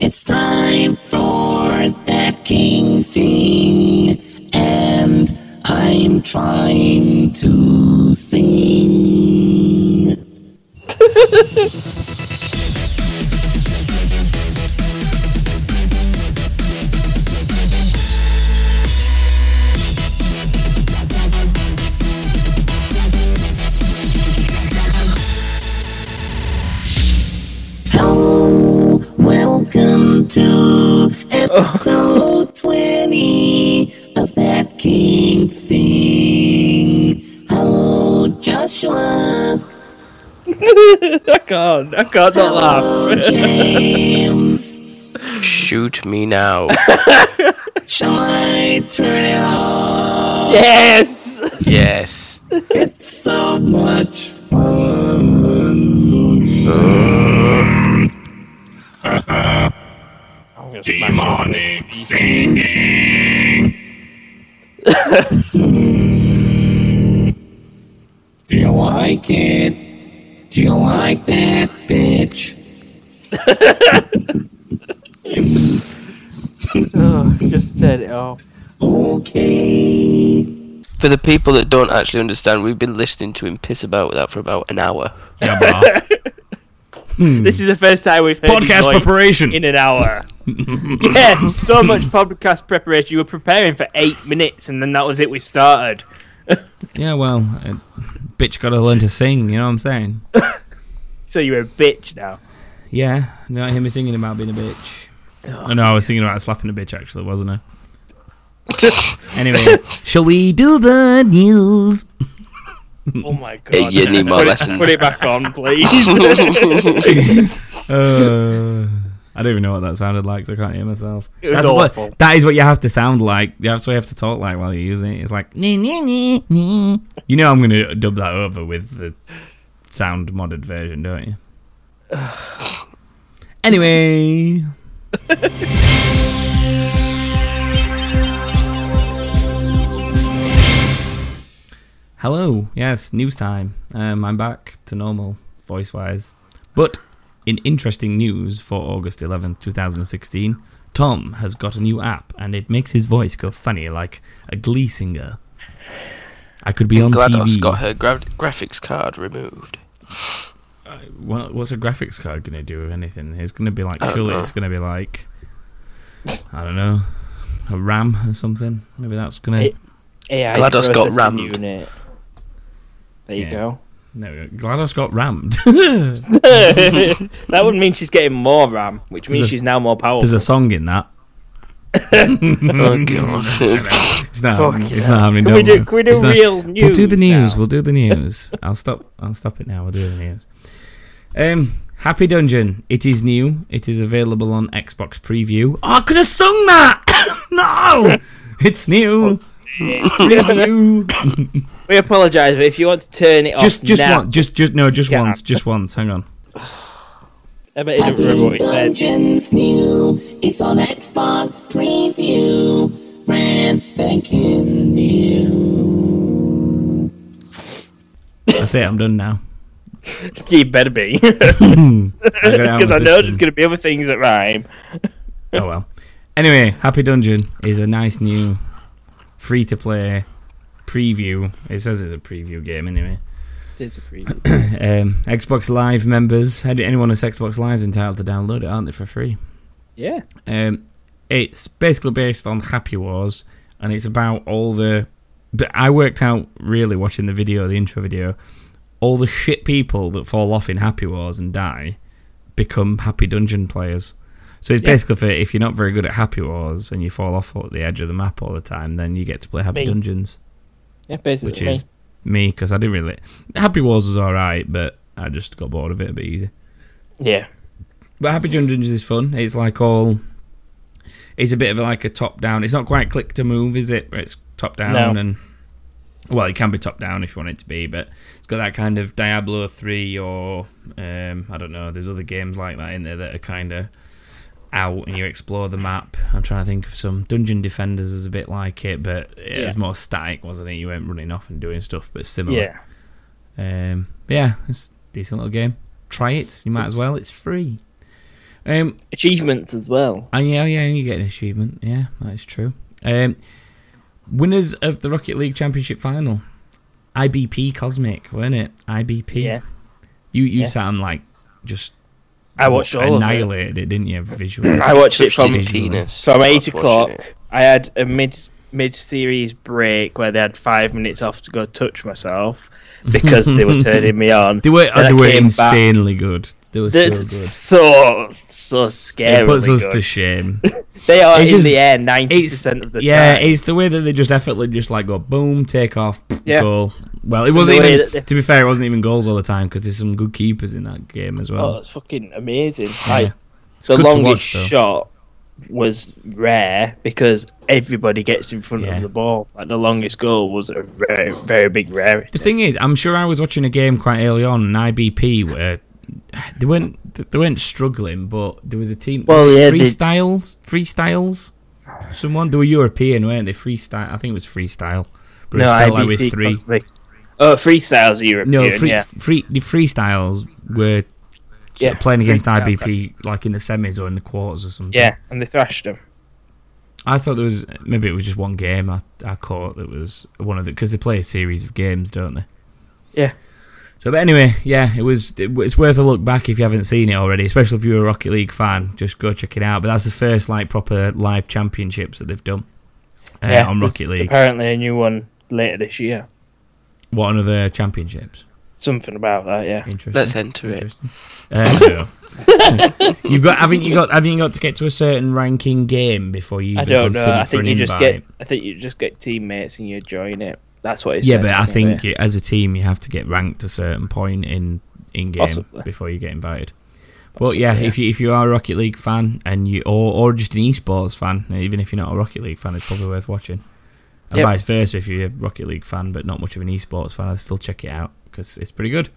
It's time for that king thing, and I'm trying to sing. Hello, welcome to episode 20 of That King Thing. Hello, Joshua. I can't. I can't not Hello, laugh. James. Shoot me now. Shall I turn it off? yes. yes. It's so much fun. I'm gonna smash it. singing. Do you like it? Do you like that, bitch? Oh, just turn it off. Okay. For the people that don't actually understand, we've been listening to him piss about with that for about an hour. Yeah, bah. This is the first time we've heard his Hmm. Podcast voice preparation. in an hour. yeah, so much podcast preparation. You were preparing for eight minutes, and then that was it. We started. yeah, well, uh, bitch gotta learn to sing, you know what I'm saying? So you're a bitch now. Yeah, you don't hear me singing about being a bitch. I know, I was singing about slapping a bitch, actually, wasn't I? anyway, shall we do the news? Hmm. Oh my god. Yeah, you need more put, it, lessons. put it back on, please. Uh, I don't even know what that sounded like, so I can't hear myself. It was awful. What, that is what you have to sound like. That's what you have to talk like while you're using it. It's like, nee, nee, nee, nee. you know, I'm going to dub that over with the sound modded version, don't you? anyway. Hello. Yes, news time. Um, I'm back to normal voice wise. But in interesting news for August 11th, 2016, Tom has got a new app and it makes his voice go funny like a glee singer. I could be on GLaDOS TV. got her gra- graphics card removed. What, what's a graphics card going to do with anything? It's going to be like, I don't surely know. it's going to be like, I don't know, a RAM or something. Maybe that's going to. It- AI GLaDOS got processing rammed. Unit. There Yeah. you go. No, GLaDOS got rammed. that would mean she's getting more RAM, which means There's a- she's now more powerful. There's a song in that. oh god. It's not. Fuck happening- it's yeah. not happening. Can we don't do- can we do It's not- real We'll do the news news. now? We'll do the news. I'll stop. I'll stop it now. We'll do the news. Um, Happy Dungeon. It is new. It is available on Xbox Preview. Oh, I could have sung that. no, it's new. Oh, Preview. we apologise, but if you want to turn it off, just, just now, once. Just, just no. Just Yeah. once. Just once. Hang on. I bet you don't remember Happy what it said. Dungeon's new. It's on Xbox Preview. Brand spanking new. That's it. I'm done now. You better be. I've got it out of Because my I know system. there's going to be other things that rhyme. oh well. Anyway, Happy Dungeon is a nice new free to play preview. It says it's a preview game anyway. It's a free. Um, Xbox Live members, any- anyone that's Xbox Live's entitled to download it, aren't they, for free? yeah. Um, it's basically based on Happy Wars, and it's about all the. But I worked out really watching the video, the intro video, all the shit people that fall off in Happy Wars and die become Happy Dungeon players. So it's Yeah. basically for if you're not very good at Happy Wars and you fall off at the edge of the map all the time, then you get to play Happy Me. Dungeons, Yeah, basically. which is me because I didn't really. Happy Wars was all right, but I just got bored of it a bit easy. Yeah. But Happy Dungeons is fun. It's like all. It's a bit of like a top down. It's not quite click to move, is it? But it's top down No. and. Well, it can be top down if you want it to be, but it's got that kind of Diablo 3 or. Um, I don't know. There's other games like that in there that are kind of out and you explore the map. I'm trying to think of some. Dungeon Defenders is a bit like it, but it was Yeah. more static, wasn't it? You weren't running off and doing stuff, but similar. Yeah. Um, but yeah, it's a decent little game. Try it. You might as well. It's free. Um, Achievements as well. and yeah, yeah, you get an achievement. Yeah, that is true. Um, winners of the Rocket League Championship final, IBP Cosmic, weren't it? IBP. Yeah. You you Yes. sat and like just I watched all of it. annihilated it. didn't you? Visually. I watched it Touched from his visually. penis. From I was eight watching o'clock, it. I had a mid mid series break where they had five minutes off to go touch myself because they were turning me on. They were Then I they were came back. insanely good. They were so That's good. so so scary. oh It puts us to shame. They are It's in just- the air ninety It's percent of the yeah, time. it's the way that they just effortlessly just like go boom, take off, pff, Yeah. goal. Well, it wasn't the way even. that they- To be fair, it wasn't even goals all the time because there's some good keepers in that game as Oh, well. that's fucking amazing! Like It's the good to longest watch, though. shot was rare because everybody gets in front Yeah. of the ball. Like the longest goal was a very very big rarity. The thing is, I'm sure I was watching a game quite early on, and IBP were they weren't they weren't struggling, but there was a team. Well, yeah, they- freestyles, freestyles. Someone they were European, weren't they? Freestyle, I think it was freestyle, but it's spelled like with IBP three. Cosmic. Oh, freestyles are European. No, free, yeah. free, the freestyles were sort Yeah, of playing against freestyles, IBP like in the semis or in the quarters or something. yeah, and they thrashed them. I thought there was maybe it was just one game I, I caught that was one of the because they play a series of games, don't they? Yeah. So, but anyway, yeah, it was. It, it's worth a look back if you haven't seen it already, especially if you're a Rocket League fan. Just go check it out. But that's the first like proper live championships that they've done uh, yeah, on this is Rocket League. Apparently, a new one later this year. What on other championships? Something about that, yeah. Interesting. Let's enter it. Interesting. Uh, no. You've got haven't you got haven't you got to get to a certain ranking game before you? I even don't know. consider I for think an you invite? just get. I think you just get teammates and you join it. That's what it's. Yeah, but I think you, as a team you have to get ranked a certain point in in game Possibly. before you get invited. but Possibly, yeah, yeah. if you if you are a Rocket League fan and you or or just an esports fan, even if you're not a Rocket League fan, it's probably worth watching. And Yep. vice versa, if you're a Rocket League fan but not much of an esports fan, I'd still check it out because it's pretty good.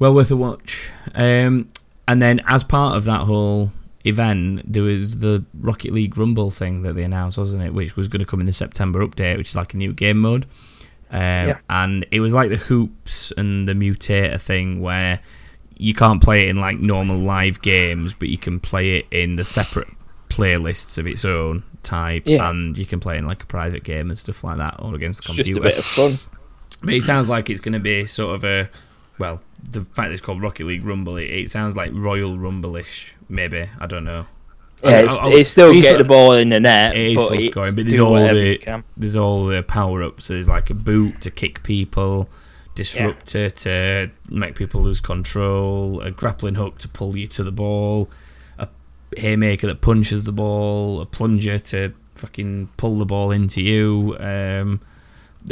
Well worth a watch. Um, and then as part of that whole event, there was the Rocket League Rumble thing that they announced, wasn't it? Which was going to come in the September update, which is like a new game mode. Um, Yeah. And it was like the hoops and the mutator thing where you can't play it in like normal live games, but you can play it in the separate playlists of its own type, Yeah. and you can play in like a private game and stuff like that, or against the It's computer. just a bit of fun. But it sounds like it's going to be sort of a, well, the fact that it's called Rocket League Rumble, it, it sounds like Royal Rumble-ish, maybe. I don't know. I- Yeah, it's, I- I- it's still it's get not- the ball in the net. It is but still it's scoring, do but there's all whatever the- you can. There's all the power-ups. There's like a boot to kick people, disruptor to make people lose control, a grappling hook to pull you to the ball, a haymaker that punches the ball, a plunger to fucking pull the ball into you. Um,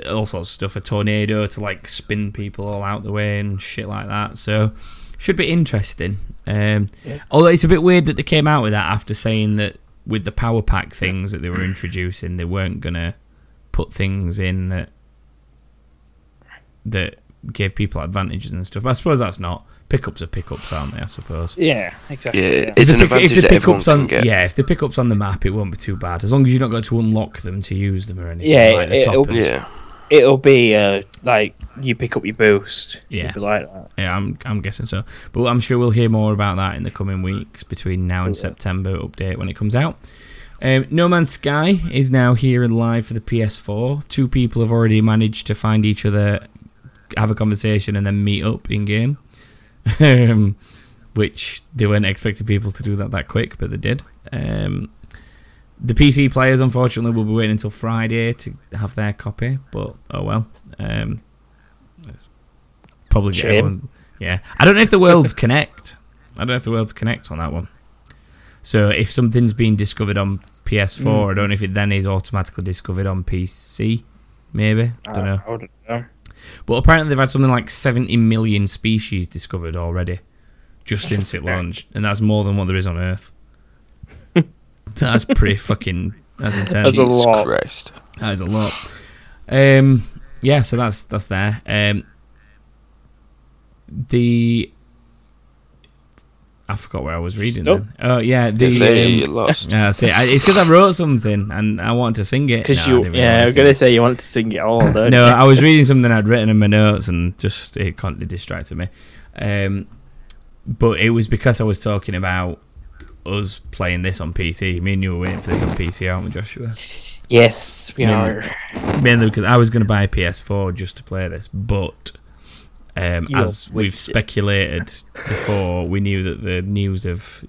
all sorts of stuff, a tornado to like spin people all out the way and shit like that. So should be interesting. Um, Although it's a bit weird that they came out with that after saying that with the power pack things that they were introducing, they weren't gonna put things in that that gave people advantages and stuff. But I suppose that's not pickups are pickups, aren't they? I suppose. Yeah, exactly. Yeah, yeah. it's an pick- advantage that everyone can on get. yeah, if the pickups on the map, it won't be too bad as long as you're not going to unlock them to use them or anything. Yeah, like the it'll- toppers. Yeah. It'll be uh, like you pick up your boost. Yeah. It'll be like that. Yeah, I'm I'm guessing so. But I'm sure we'll hear more about that in the coming weeks between now and September update when it comes out. Um, no Man's Sky is now here and live for the PS4. Two people have already managed to find each other, have a conversation, and then meet up in game. um, which they weren't expecting people to do that that quick, but they did. Um, the PC players, unfortunately, will be waiting until Friday to have their copy. But oh well, um, it's probably get Shame. everyone. Yeah, I don't know if the worlds connect. I don't know if the worlds connect on that one. So if something's been discovered on PS4, I don't know if it then is automatically discovered on PC. Maybe I don't know. I wouldn't know. But apparently they've had something like 70 million species discovered already, just since it launched, and that's more than what there is on Earth. that's pretty fucking. That's intense. That's a Jesus lot. Christ. That is a lot. Um, yeah, so that's that's there. Um, the I forgot where I was reading. Stop. then. Oh yeah, the. Say Um, you lost. yeah, see, I, it's because I wrote something and I wanted to sing it. Because No, I you, didn't really yeah, I wanna was sing gonna it. say you want to sing it all, don't No, you? I was reading something I'd written in my notes and just it constantly distracted me. Um, but it was because I was talking about us playing this on PC. Me and you were waiting for this on PC, aren't we, Joshua? Yes, we Mainly- are. Mainly because I was going to buy a PS4 just to play this, but um, You as we've speculated before, we knew that the news of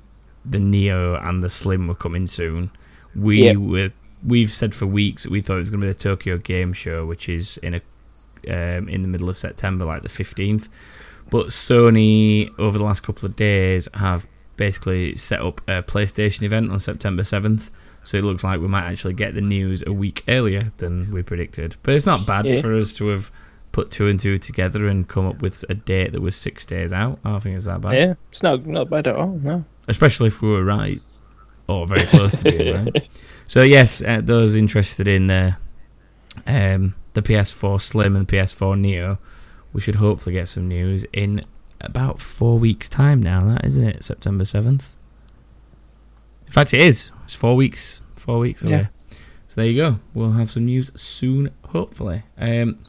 the Neo and the Slim were coming soon. We Yep. were we've said for weeks that we thought it was going to be the Tokyo Game Show, which is in a um, in the middle of September, like the fifteenth. But Sony over the last couple of days have basically set up a PlayStation event on September seventh. So it looks like we might actually get the news a week earlier than we predicted. But it's not bad Yeah. for us to have put two and two together and come up with a date that was six days out. I don't think it's that bad. Yeah, it's not not bad at all. No. Especially if we were right or very close to being right. So, yes, uh, those interested in the, um, the PS4 Slim and PS4 Neo, we should hopefully get some news in about four weeks' time now, that isn't it? September 7th. In fact, it is. It's four weeks. Four weeks away. Yeah. So there you go. We'll have some news soon, hopefully. Um,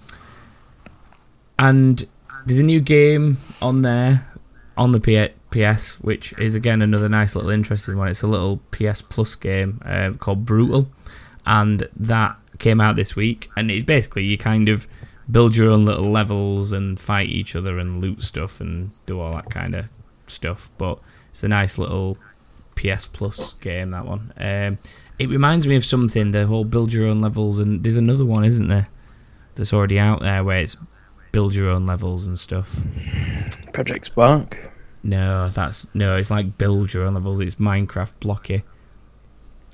and there's a new game on there on the P- PS, which is again another nice little interesting one. It's a little PS Plus game uh, called Brutal, and that came out this week. And it's basically you kind of build your own little levels and fight each other and loot stuff and do all that kind of stuff. But it's a nice little PS Plus game that one. Um, it reminds me of something. The whole build your own levels and there's another one, isn't there? That's already out there where it's build your own levels and stuff. Project Spark. No, that's no. It's like build your own levels. It's Minecraft blocky.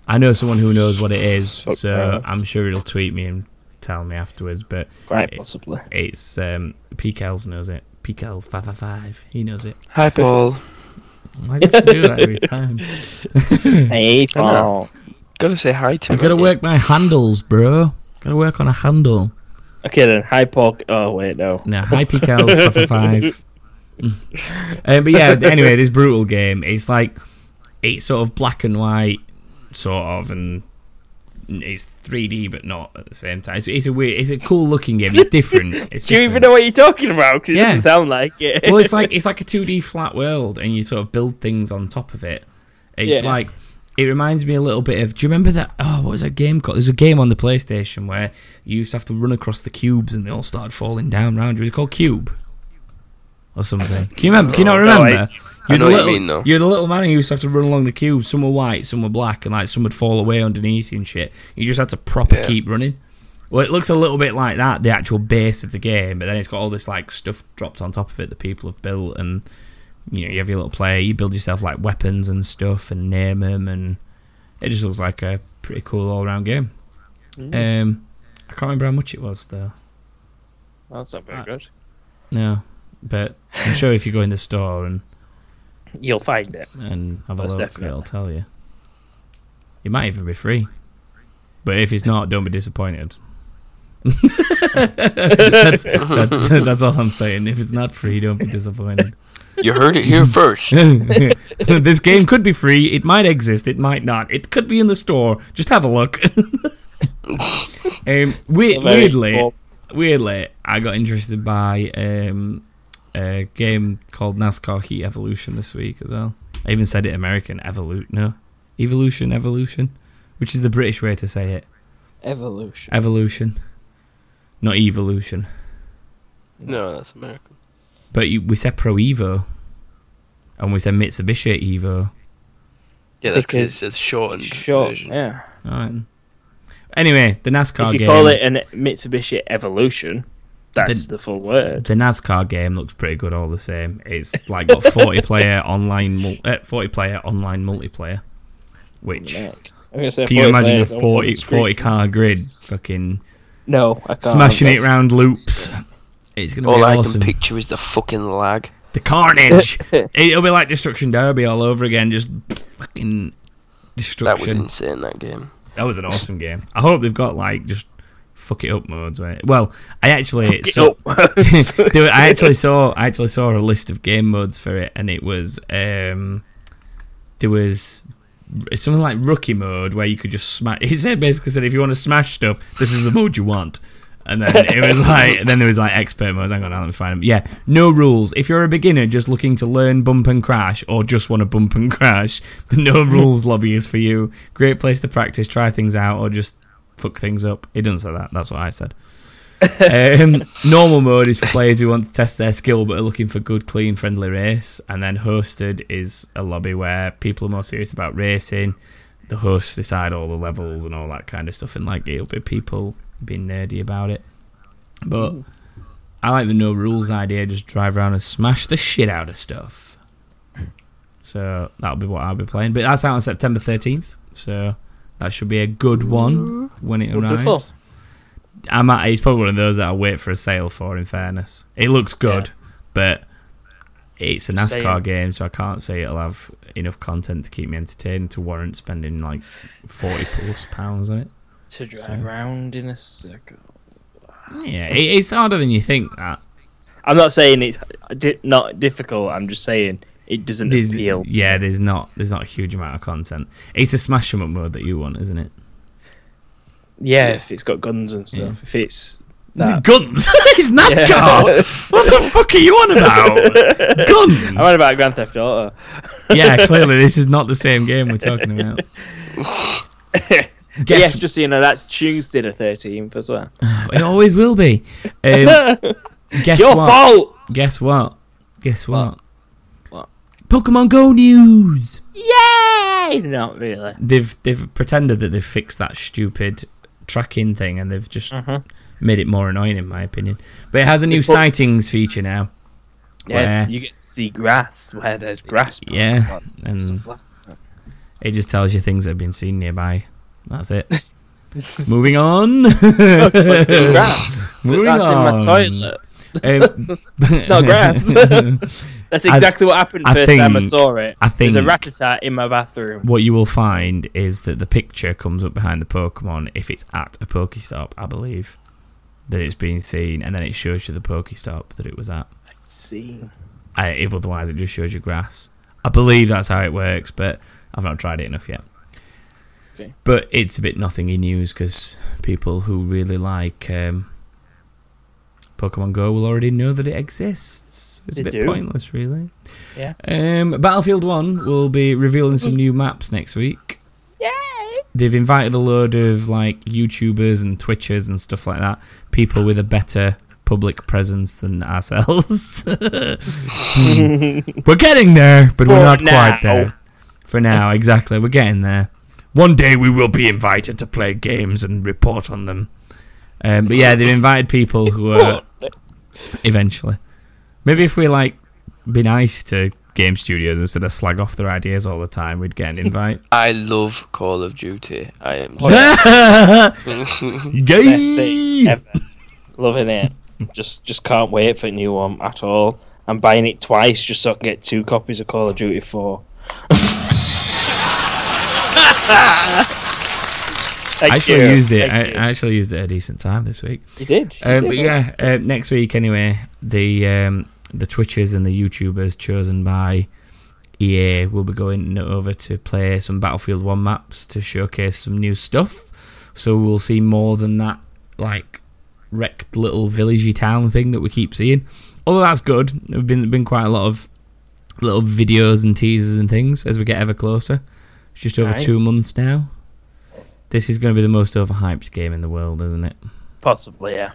I know someone who knows what it is, so Okay. I'm sure he'll tweet me and tell me afterwards. But Quite possibly. it's um, Pkels knows it. Pkels five five five. He knows it. Hi, Paul. Why do you have to do that every time? Hey, Paul. Gotta say hi to I him, gotta haven't you? work my handles, bro. Gotta work on a handle. Okay then. Hi, Paul. Oh wait, no. No, high peak elves five for five. um, but yeah, anyway, this brutal game. It's like it's sort of black and white, sort of, and it's 3D but not at the same time. It's, it's a weird, it's a cool looking game. It's different. It's Do you even different. know what you're talking about? 'Cause it Yeah. doesn't sound like it. well, it's like it's like a 2D flat world, and you sort of build things on top of it. It's Yeah. like it reminds me a little bit of. Do you remember that? Oh, what was that game called? There's a game on the PlayStation where you used to have to run across the cubes, and they all started falling down round you. It was called Cube or something. Can you remember? Can you not Oh, no, I- remember? I know the what you little, mean, though. You're the little man who used to have to run along the cube. Some were white, some were black, and like some would fall away underneath you and shit. You just had to proper Yeah. keep running. Well, it looks a little bit like that, the actual base of the game, but then it's got all this like stuff dropped on top of it that people have built, and you know you have your little player, you build yourself like weapons and stuff, and name them, and it just looks like a pretty cool all round game. Um, I can't remember how much it was though. That's not very Ah. good. No, but I'm sure if you go in the store and You'll find it. and have a Most look. definitely. It'll tell you. It might even be free, but if it's not, don't be disappointed. that's, that, that's all I'm saying. If it's not free, don't be disappointed. You heard it here first. this game could be free. It might exist. It might not. It could be in the store. Just have a look. um, we, A very weirdly, poor- weirdly, I got interested by um, a game called NASCAR Heat Evolution this week as well. I even said it American Evolution. No, Evolution, Evolution, which is the British way to say it. evolution. Evolution, not evolution. No, that's American. But you, we said Pro Evo, and we said Mitsubishi Evo. Yeah, that's because Because- it's a shortened Sure. version. Yeah. All right. Anyway, the NASCAR If you game. call it an Mitsubishi Evolution, that's Then- the, full word. The NASCAR game looks pretty good all the same. It's like got 40 player online mul- uh, 40 player online multiplayer, which I'm gonna say can you 40 imagine a players on one 40, screen. 40 car grid fucking No, I can't. smashing it That's- round loops. It's going to All be I awesome. can picture is the fucking lag. the carnage. It'll be like Destruction Derby all over again, just fucking That was destruction. insane. That game. That was an awesome game. I hope they've got like just fuck it up modes. Right? Well, I actually saw. Dude, I actually saw. I actually saw a list of game modes for it, and it was um, there was it's something like rookie mode where you could just smash. He said basically said if you want to smash stuff, this is the mode you want. And then it was like, then there was like expert modes. Hang on, let me find them. Yeah, no rules. If you're a beginner just looking to learn bump and crash, or just want to bump and crash, the no rules lobby is for you. Great place to practice, try things out, or just fuck things up. It doesn't say that. That's what I said. um, normal mode is for players who want to test their skill but are looking for good, clean, friendly race. And then hosted is a lobby where people are more serious about racing. The hosts decide all the levels and all that kind of stuff, and like it'll be people being nerdy about it. But I like the no rules idea. Just drive around and smash the shit out of stuff. So that'll be what I'll be playing. But that's out on September 13th. So that should be a good one when it Wonderful. arrives. I'm at, he's probably one of those that I'll wait for a sale for, in fairness. It looks good, but it's a Same. NASCAR game, so I can't say it'll have enough content to keep me entertained to warrant spending like 40 plus pounds on it. to drive So- round in a circle. Yeah, it, it's harder than you think that. I'm not saying it's di- not difficult. I'm just saying it doesn't There's, appeal. yeah, there's not there's not a huge amount of content. It's a smash 'em up mode that you want, isn't it? Yeah, if it's got guns and stuff. If it's that. Guns! it's NASCAR! What the fuck are you on about? Guns! I'm on about Grand Theft Auto. yeah, clearly this is not the same game we're talking about. Yes, Guess just so you know, that's Tuesday the 13th as well. it always will be. Um, guess Your what? fault. Guess what? Guess what? What? Pokemon Go news. Yay! Not really. They've they've pretended that they've fixed that stupid tracking thing, and they've just Uh-huh. made it more annoying, in my opinion. But it has a new puts- Oh, sightings feature now. Yes, Where- you get to see grass where there's grass. Yeah, and- Stuff like- It just tells you things that have been seen nearby. That's it. Moving on. It's grass. Moving That's in my on. toilet. Um, not grass. That's I- exactly what happened I first time I think- saw it. I There's a think- rat-a-tat in my bathroom. what you will find is that the picture comes up behind the Pokemon if it's at a Pokestop, I believe, that it's being seen, and then it shows you the Pokestop that it was at. I see. I, if otherwise, it just shows you grass. I believe that's how it works, but I've not tried it enough yet. Okay. But it's a bit nothingy news because people who really like um, Pokemon Go will already know that it exists. It's They a bit do. pointless, really. Yeah. Um, Battlefield One will be revealing some new maps next week. Yay! They've invited a load of like YouTubers and Twitchers and stuff like that. People with a better public presence than ourselves. We're getting there, but we're For not quite now. there. For now, exactly. We're getting there. One day we will be invited to play games and report on them. Um, but yeah, they've invited people who are eventually. Maybe if we like be nice to game studios instead of slag off their ideas all the time, we'd get an invite. I love Call of Duty. I am. Oh, Best thing Yay! ever. Loving it. Just just can't wait for a new one at all. I'm buying it twice just so I can get two copies of Call of Duty 4. Thank I actually you. used it. I, Thank you. I actually used it a decent time this week. you did. you Uh, did. but yeah, uh, next week anyway, the um, the Twitchers and the YouTubers chosen by EA will be going over to play some Battlefield One maps to showcase some new stuff. So we'll see more than that, like wrecked little villagey town thing that we keep seeing. Although that's good. There've been been quite a lot of little videos and teasers and things as we get ever closer. It's just over Right. two months now. This is going to be the most overhyped game in the world, isn't it? Possibly, yeah.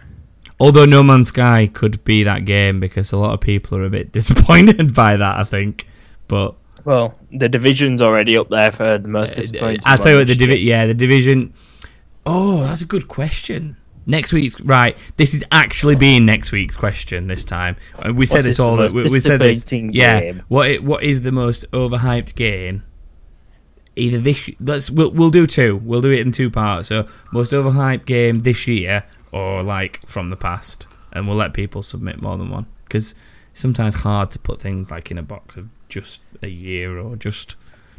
Although No Man's Sky could be that game because a lot of people are a bit disappointed by that, I think. But Well, the division's already up there for the most uh, disappointing. I'll tell you what, one the this divi- year. yeah, the division. Oh, that's a good question. Next week's right. This is actually being next week's question this time. Uh, We said What this is the all. most We, we said this. disappointing Yeah. game? What i- What is the most overhyped game? Either this. y- Let's. We'll, we'll do two. We'll do it in two parts. So most overhyped game this year, or like from the past, and we'll let people submit more than one because sometimes hard to put things like in a box of just a year or just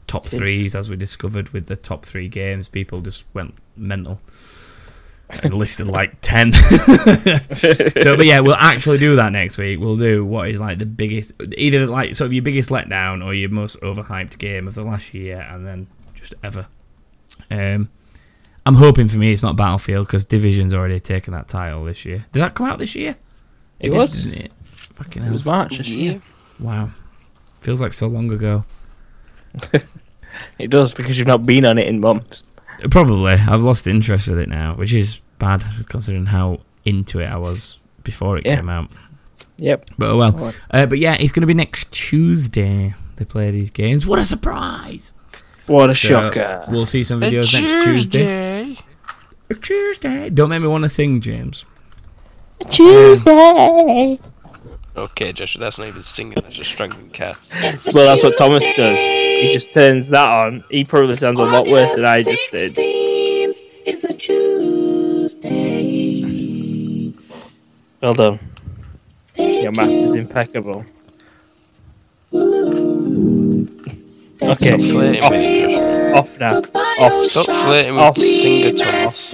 top is. threes, as we discovered with the top three games, people just went mental and listed like 10. so, but yeah, we'll actually do that next week. We'll do what is like the biggest, either like sort of your biggest letdown or your most overhyped game of the last year and then just ever. Um, I'm hoping for me it's not Battlefield because Division's already taken that title this year. Did that come out this year? It did, was. didn't it? Fucking It hell. was March this year. Wow. Feels like so long ago. It does because you've not been on it in months. Probably. I've lost interest with it now, which is bad considering how into it I was before it Yeah. came out. Yep. But oh well. Alright. Uh, but yeah, it's going to be next Tuesday they play these games. What a surprise! What a So, shocker. We'll see some videos next Tuesday. Tuesday. Don't make me want to sing, James. Tuesday. Okay, Joshua, that's not even singing, that's just strangling cats. Well, that's what Thomas does. He just turns that on. He probably sounds a lot worse than I just did. It's a Tuesday. Well done. Your maths is impeccable. Stop Okay, flirting with me, Joshua. off now. Off, Stop flirting with Off. singer Thomas.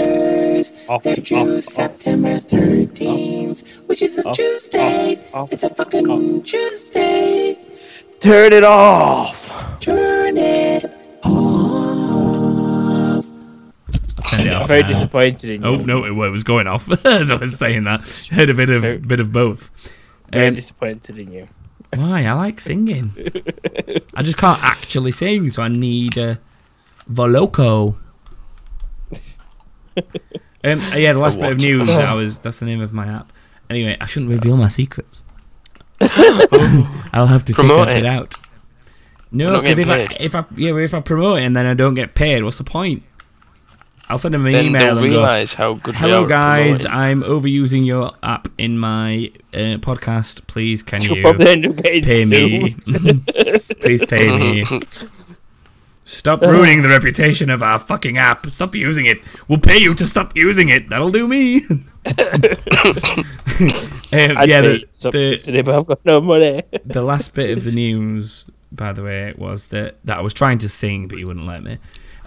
off, They're off, due off. September 13th, which is a Off, Tuesday. off, off, it's a fucking Tuesday. Turn it off. Turn it off. Turn it I'm off very now. disappointed in you. Oh no, it, well, it was going off as I was saying that. Heard a bit Very- of bit of both. Very Um, disappointed in you. Why? I like singing. I just can't actually sing, so I need a voloco. Um, uh, yeah, the last bit of news that I was that's the name of my app. Anyway, I shouldn't reveal my secrets. I'll have to Promote it. take that bit out. No, not because if getting I, paid. if I yeah, but if I promote it and then I don't get paid, what's the point? I'll send them an Then email they'll and go, realise how good we Hello are at guys, promoting. I'm overusing your app in my uh, podcast. Please, can You'll you probably end up getting pay me? sued. Please pay me. Stop ruining the reputation of our fucking app. Stop using it. We'll pay you to stop using it. That'll do me. um, I'd yeah, yeah, the, something the, today, but I've got no money. the last bit of the news, by the way, was that, that I was trying to sing, but you wouldn't let me.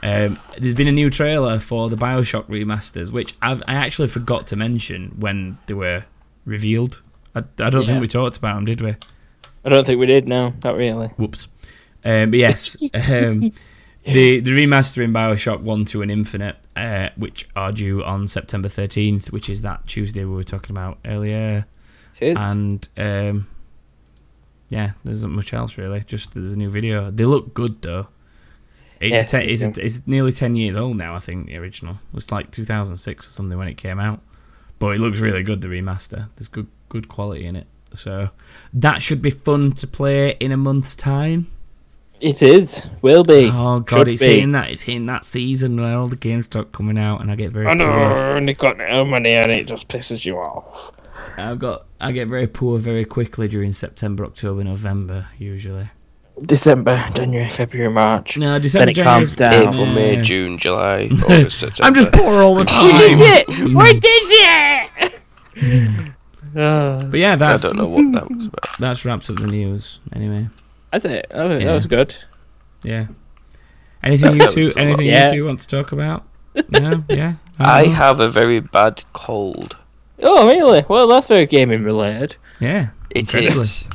Um, there's been a new trailer for the Bioshock remasters, which I've, I actually forgot to mention when they were revealed. I, I don't Yeah. think we talked about them, did we? I don't think we did. No, not really. Whoops. Um, but yes, um, the the remastering Bioshock One, Two, and Infinite, uh, which are due on September 13th, which is that Tuesday we were talking about earlier. It is. and um, yeah, there isn't much else really. Just there's a new video. They look good though. It's, Yes, te- they it's, it's nearly ten years old now. I think the original it was like 2006 or something when it came out, but it looks really good. The remaster. There's good good quality in it. So that should be fun to play in a month's time. it is. Will be. Oh god, Should it's be. hitting that it's hitting that season where all the games start coming out, and I get very I know, poor. and it got no money, and it just pisses you off. I've got I get very poor very quickly during September, October, November usually. December, January, February, March. No, December. Then it calms January- down. April, May, Yeah. June, July, August, September. I'm just poor all the time. Mm. Did it? We did it. Uh, but yeah, I that's don't know what that was about. that's wraps up the news. Anyway, that's it. That was, Yeah. that was good. yeah. Anything you was two? a Anything lot. you two want to talk about? No, yeah. I don't know. have a very bad cold. Oh, really? Well, that's very gaming related. yeah. It Incredibly. is.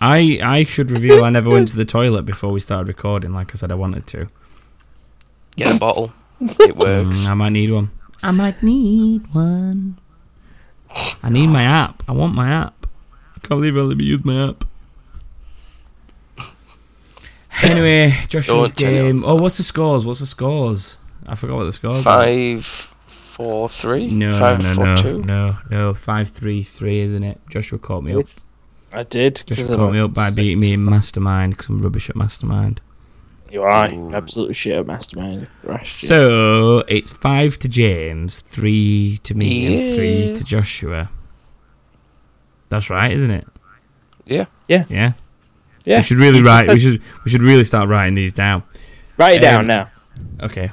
I I should reveal I never went to the toilet before we started recording. Like I said, I wanted to. Get a bottle. It works. Mm, I might need one. I might need one. I need my app. I want my app. I can't believe I let me use my app. Anyway, Joshua's Don't tell you. game. Oh, what's the scores? What's the scores? I forgot what the scores are. Five, four, three. No, Five, no, four, no, no, two. no, no. Five, three, three, isn't it? Joshua caught me up. It's- I did. Joshua caught me up by beating me in Mastermind because I'm rubbish at Mastermind. You are absolutely shit at Mastermind. Right. So it's five to James, three to me, and three Yeah. to Joshua. That's right, isn't it? Yeah. Yeah. Yeah. Yeah, We should really you just write. We said- should. We should really start writing these down. Write it down Um, now. Okay.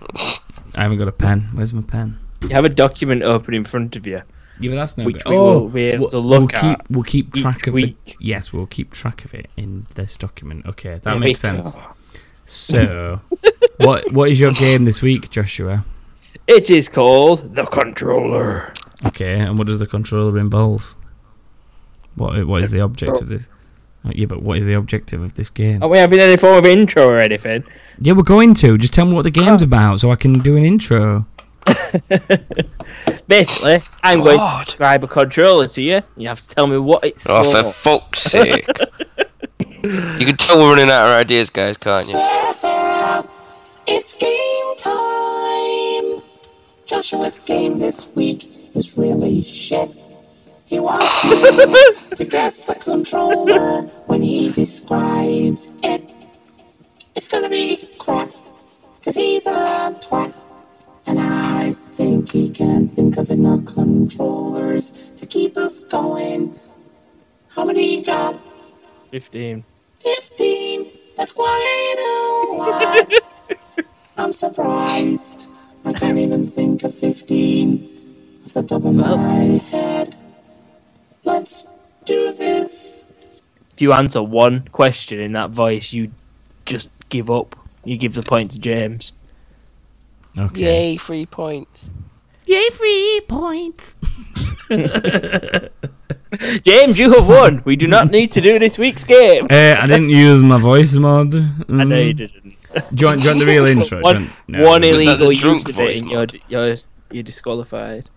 I haven't got a pen. Where's my pen? You have a document open in front of you. Yeah, but that's no Which good. we oh, will be able we'll- to look we'll keep, at We'll keep each track of the. week. Yes, we'll keep track of it in this document. Okay, that Yeah, makes we- sense. So, what what is your game this week, Joshua? It is called the controller. Okay, and what does the controller involve? What what is the object of this? Like, yeah, but what is the objective of this game? Are we having any form of intro or anything? Yeah, we're going to. Just tell me what the game's about so I can do an intro. Basically, I'm going to God. describe a controller to you. You have to tell me what it's Oh, for for. fuck's sake. you can tell we're running out of ideas, guys, can't you? It's game time! Joshua's game this week is really shit. He wants you to guess the controller when he describes it. It's gonna be crap, cause he's a twat. And I think he can think of enough controllers to keep us going. How many you got? 15. 15. That's quite a lot. I'm surprised. I can't even think of 15 off the top of my head. Let's do this. If you answer one question in that voice, you just give up. You give the point to James. Okay. Yay, three points. Yay, three points. James, you have won. We do not need to do this week's game. Uh, I didn't use my voice mod. Mm. I know you didn't. Do you want, do you want the real intro? Do you One- want- no, one no. that the illegal drunk use of it, voice and you're, you're, you're disqualified.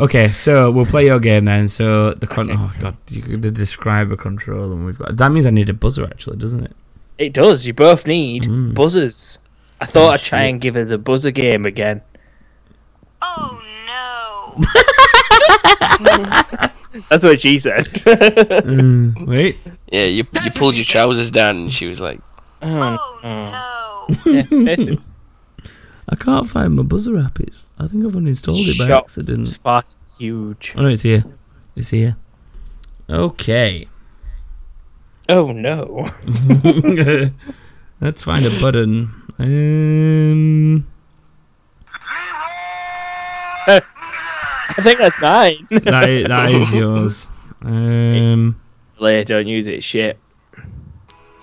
Okay, so we'll play your game then. So the con- oh god, you could describe a controller, and we've got that means I need a buzzer actually, doesn't it? It does. You both need Mm. Oh, buzzers. I thought I'd try shit. and give us a buzzer game again. Oh no. That's what she said. Mm. Wait, Yeah, you, you pulled your trousers down and she was like, Oh no. It's I can't find my buzzer app. It's I think I've uninstalled it by Shut- accident. far huge. Oh no, it's here. It's here. Okay, Oh no. let's find a button. Um, I think that's mine. that is, that is yours. Um, Later, don't use it. Shit.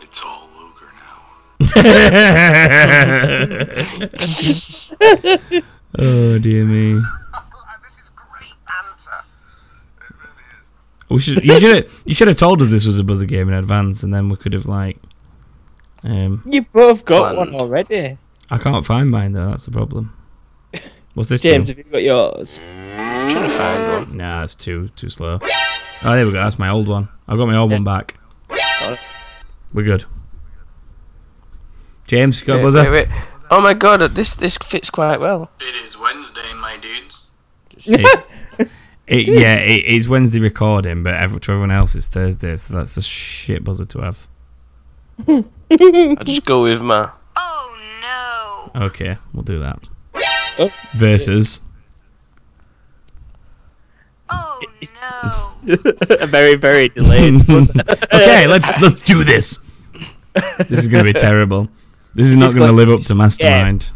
It's all Luger now. oh dear me. This is great banter. It really is. We should you should you should have told us this was a buzzer game in advance, and then we could have like. Um, You've both got Planned. one already. I can't find mine though. That's the problem. What's this? James, do? have you got yours? I'm trying to find one. Nah, it's too too slow. Oh, there we go. That's my old one. I've got my old one back. We're good. James, you got a Wait, buzzer. wait, wait. Oh my god, this this fits quite well. It is Wednesday, my dudes. It's- it- yeah, it, it's Wednesday recording, but every, to everyone else it's Thursday, so that's a shit buzzer to have. I'll just go with my. Oh no. Okay, we'll do that. Oh. Versus. Oh no. a very, very delayed buzzer. okay, let's let's do this. This is gonna be terrible. This is not Just gonna like- live up to yeah. Mastermind.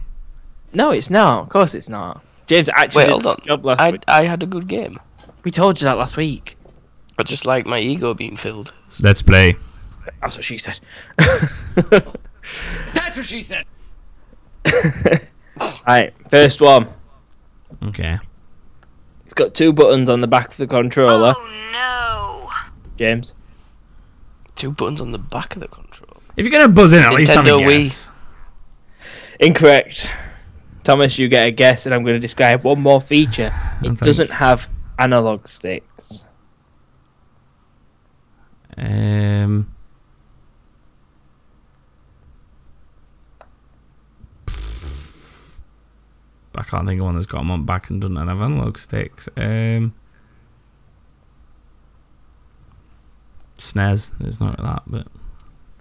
No, it's not. Of course it's not. James actually Wait, did hold the on. job last I, week. I had a good game. We told you that last week. I just like my ego being filled. Let's play. That's what she said. That's what she said. Alright, first one. Okay. It's got two buttons on the back of the Oh. controller. Oh James. Two buttons on the back of the control. If you're gonna buzz in, at least have a Nintendo Wii. guess. Incorrect. Thomas, you get a guess, and I'm going to describe one more feature. It thanks. doesn't have analog sticks. Um. I can't think of one that's got them on back and doesn't have analog sticks. Um. Snares. It's not that, but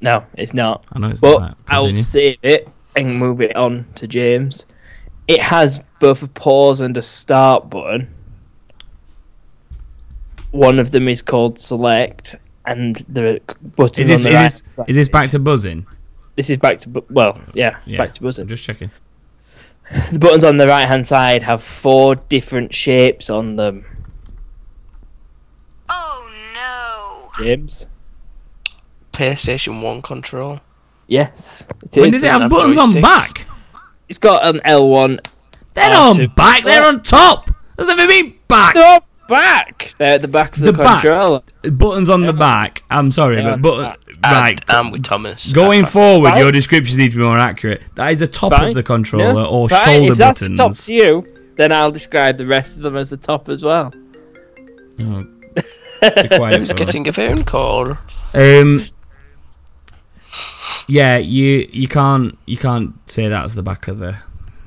No, it's not. I know it's But not that. I'll Continue. save it and move it on to James. It has both a pause and a start button. One of them is called select, and the button Is this on the is right. this, is this back to buzzing? this is back to bu- well, yeah, Yeah. back to buzzing. I'm just checking. The buttons on the right hand side have four different shapes on them. no. Oh James. PlayStation 1 control. Yes. It When is. does it have have buttons on joysticks. back? It's got an L1. They're Oh, on to- back. They're on top. That's never been back. They're all back. They're at the back of the, The back. controller. Buttons on the back. I'm sorry, Yeah, but button right. And, and with Thomas. Going Uh, forward, Fine. your descriptions need to be more accurate. That is the top Fine. of the controller Yeah. or Right, shoulder if that's buttons. top to you, then I'll describe the rest of them as the top as well. Oh, be quiet for Getting a phone call. Um, yeah, you you can't you can't say that's the back of the,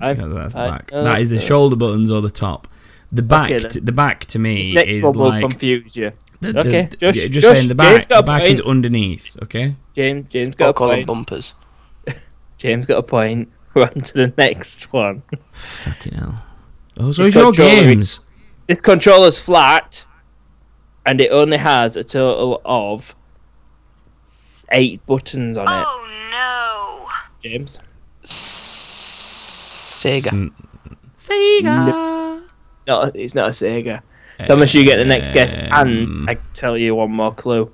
I, you know, that's the I- back. uh, that is the shoulder buttons or the top. The back Okay, then. t- the back to This me next is one will like confuse you. the, the- Okay, the- Josh- yeah, Josh, saying James the back got the a back is point. underneames. Okay, James, James got I'll a call them point. bumpers. James got a point. We're on to the next one. fucking hell. Oh, so It's it's your got jewellery. games. This controller's flat, and it only has a total of s- eight buttons on it. Oh James, Sega. Mm. Sega. it's not. A, it's not a Sega. Thomas, you get the next guess, Um, and I tell you one more clue.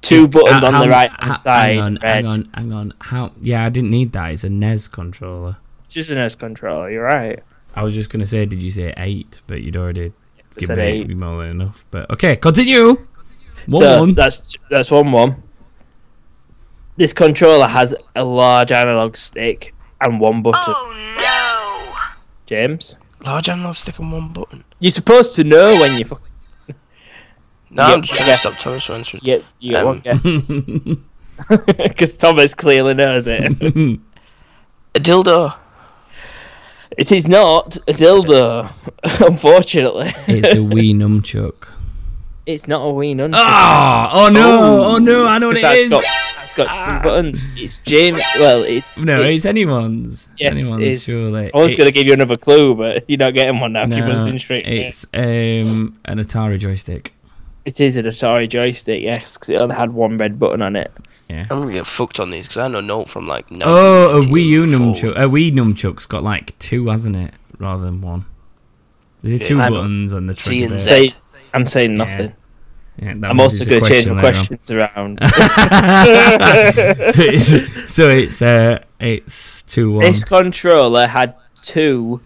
Two It's- buttons uh, on how- the right ho- hand side. Hang on, red. hang on, hang on. How? Yeah, I didn't need that. It's a NES controller. It's just a nose controller. You're right. I was just gonna say, did you say eight? But you'd already It's given an me eight. eight. more than enough. But okay, continue. One so one. that's that's one one. This controller has a large analog stick and one button. Oh. no. James, Large analog stick and one button. you're supposed to know when you fuck- No, Yeah, I'm just trying yeah. to stop Thomas from answering. you get you get Um. one guess because Thomas clearly knows it. A dildo. it is not a dildo, unfortunately. it's a wee numchuck. It's not a wee nunchuck. Ah! Oh no! Oh, no! I know what it That's is. Ah. got, that's got two buttons. It's James. Well, it's No, it's- it's, anyone's. Yes, anyone's it's- surely. I was going to give you It's- another clue, but you're not getting one now. You're no, buzzing straight. away. It's um an Atari joystick. It is an Atari joystick, yes, because it only had one red button on it. I'm gonna get fucked on these because I know note from like no. Oh, a Wii U numchuck. A Wii numchuck's got like two, hasn't it, rather than one. There's Yeah, two I- buttons on the C trigger. and bit. Z. Say, I'm saying nothing. Yeah, that I'm means also it's a going to change my later on. questions around. so it's, so it's uh, it's two one. this controller had two,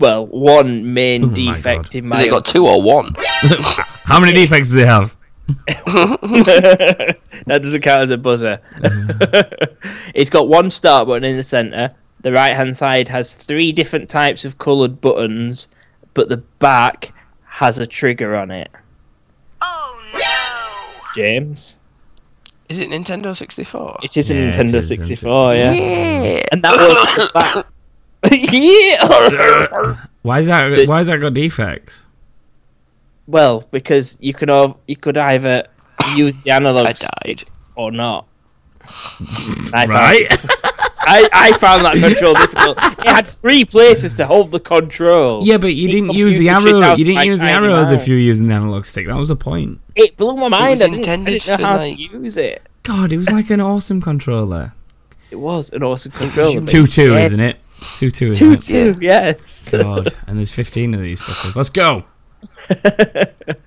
well, one main Oh my defect God. in Has my. it got two or one? How many defects does it have? that doesn't count as a buzzer. Mm. it's got one start button in the center. The right hand side has three different types of coloured buttons, but the back has a trigger on it. Oh no. James, Is it Nintendo 64? it is a Yeah, it Nintendo is, isn't it? 64, yeah. Yeah. and that was the back. yeah. Why is that? Just- why has that got defects? well, because you could have, you could either use the I analog died. or not. I found, Right? I, I found that control difficult. It had three places to hold the control. yeah, but you Oh, It didn't use the confuses shit arrow. out You of my didn't use the tiny arrows mind. if you were using the analog stick. That was the point. It blew my mind. was I didn't, I intended didn't know for, how like- to use it. God, it was like an awesome controller. It was an awesome controller. Two two, isn't it? It's two two, Two isn't it? two, yes. God, and there's fifteen of these fuckers. Let's go.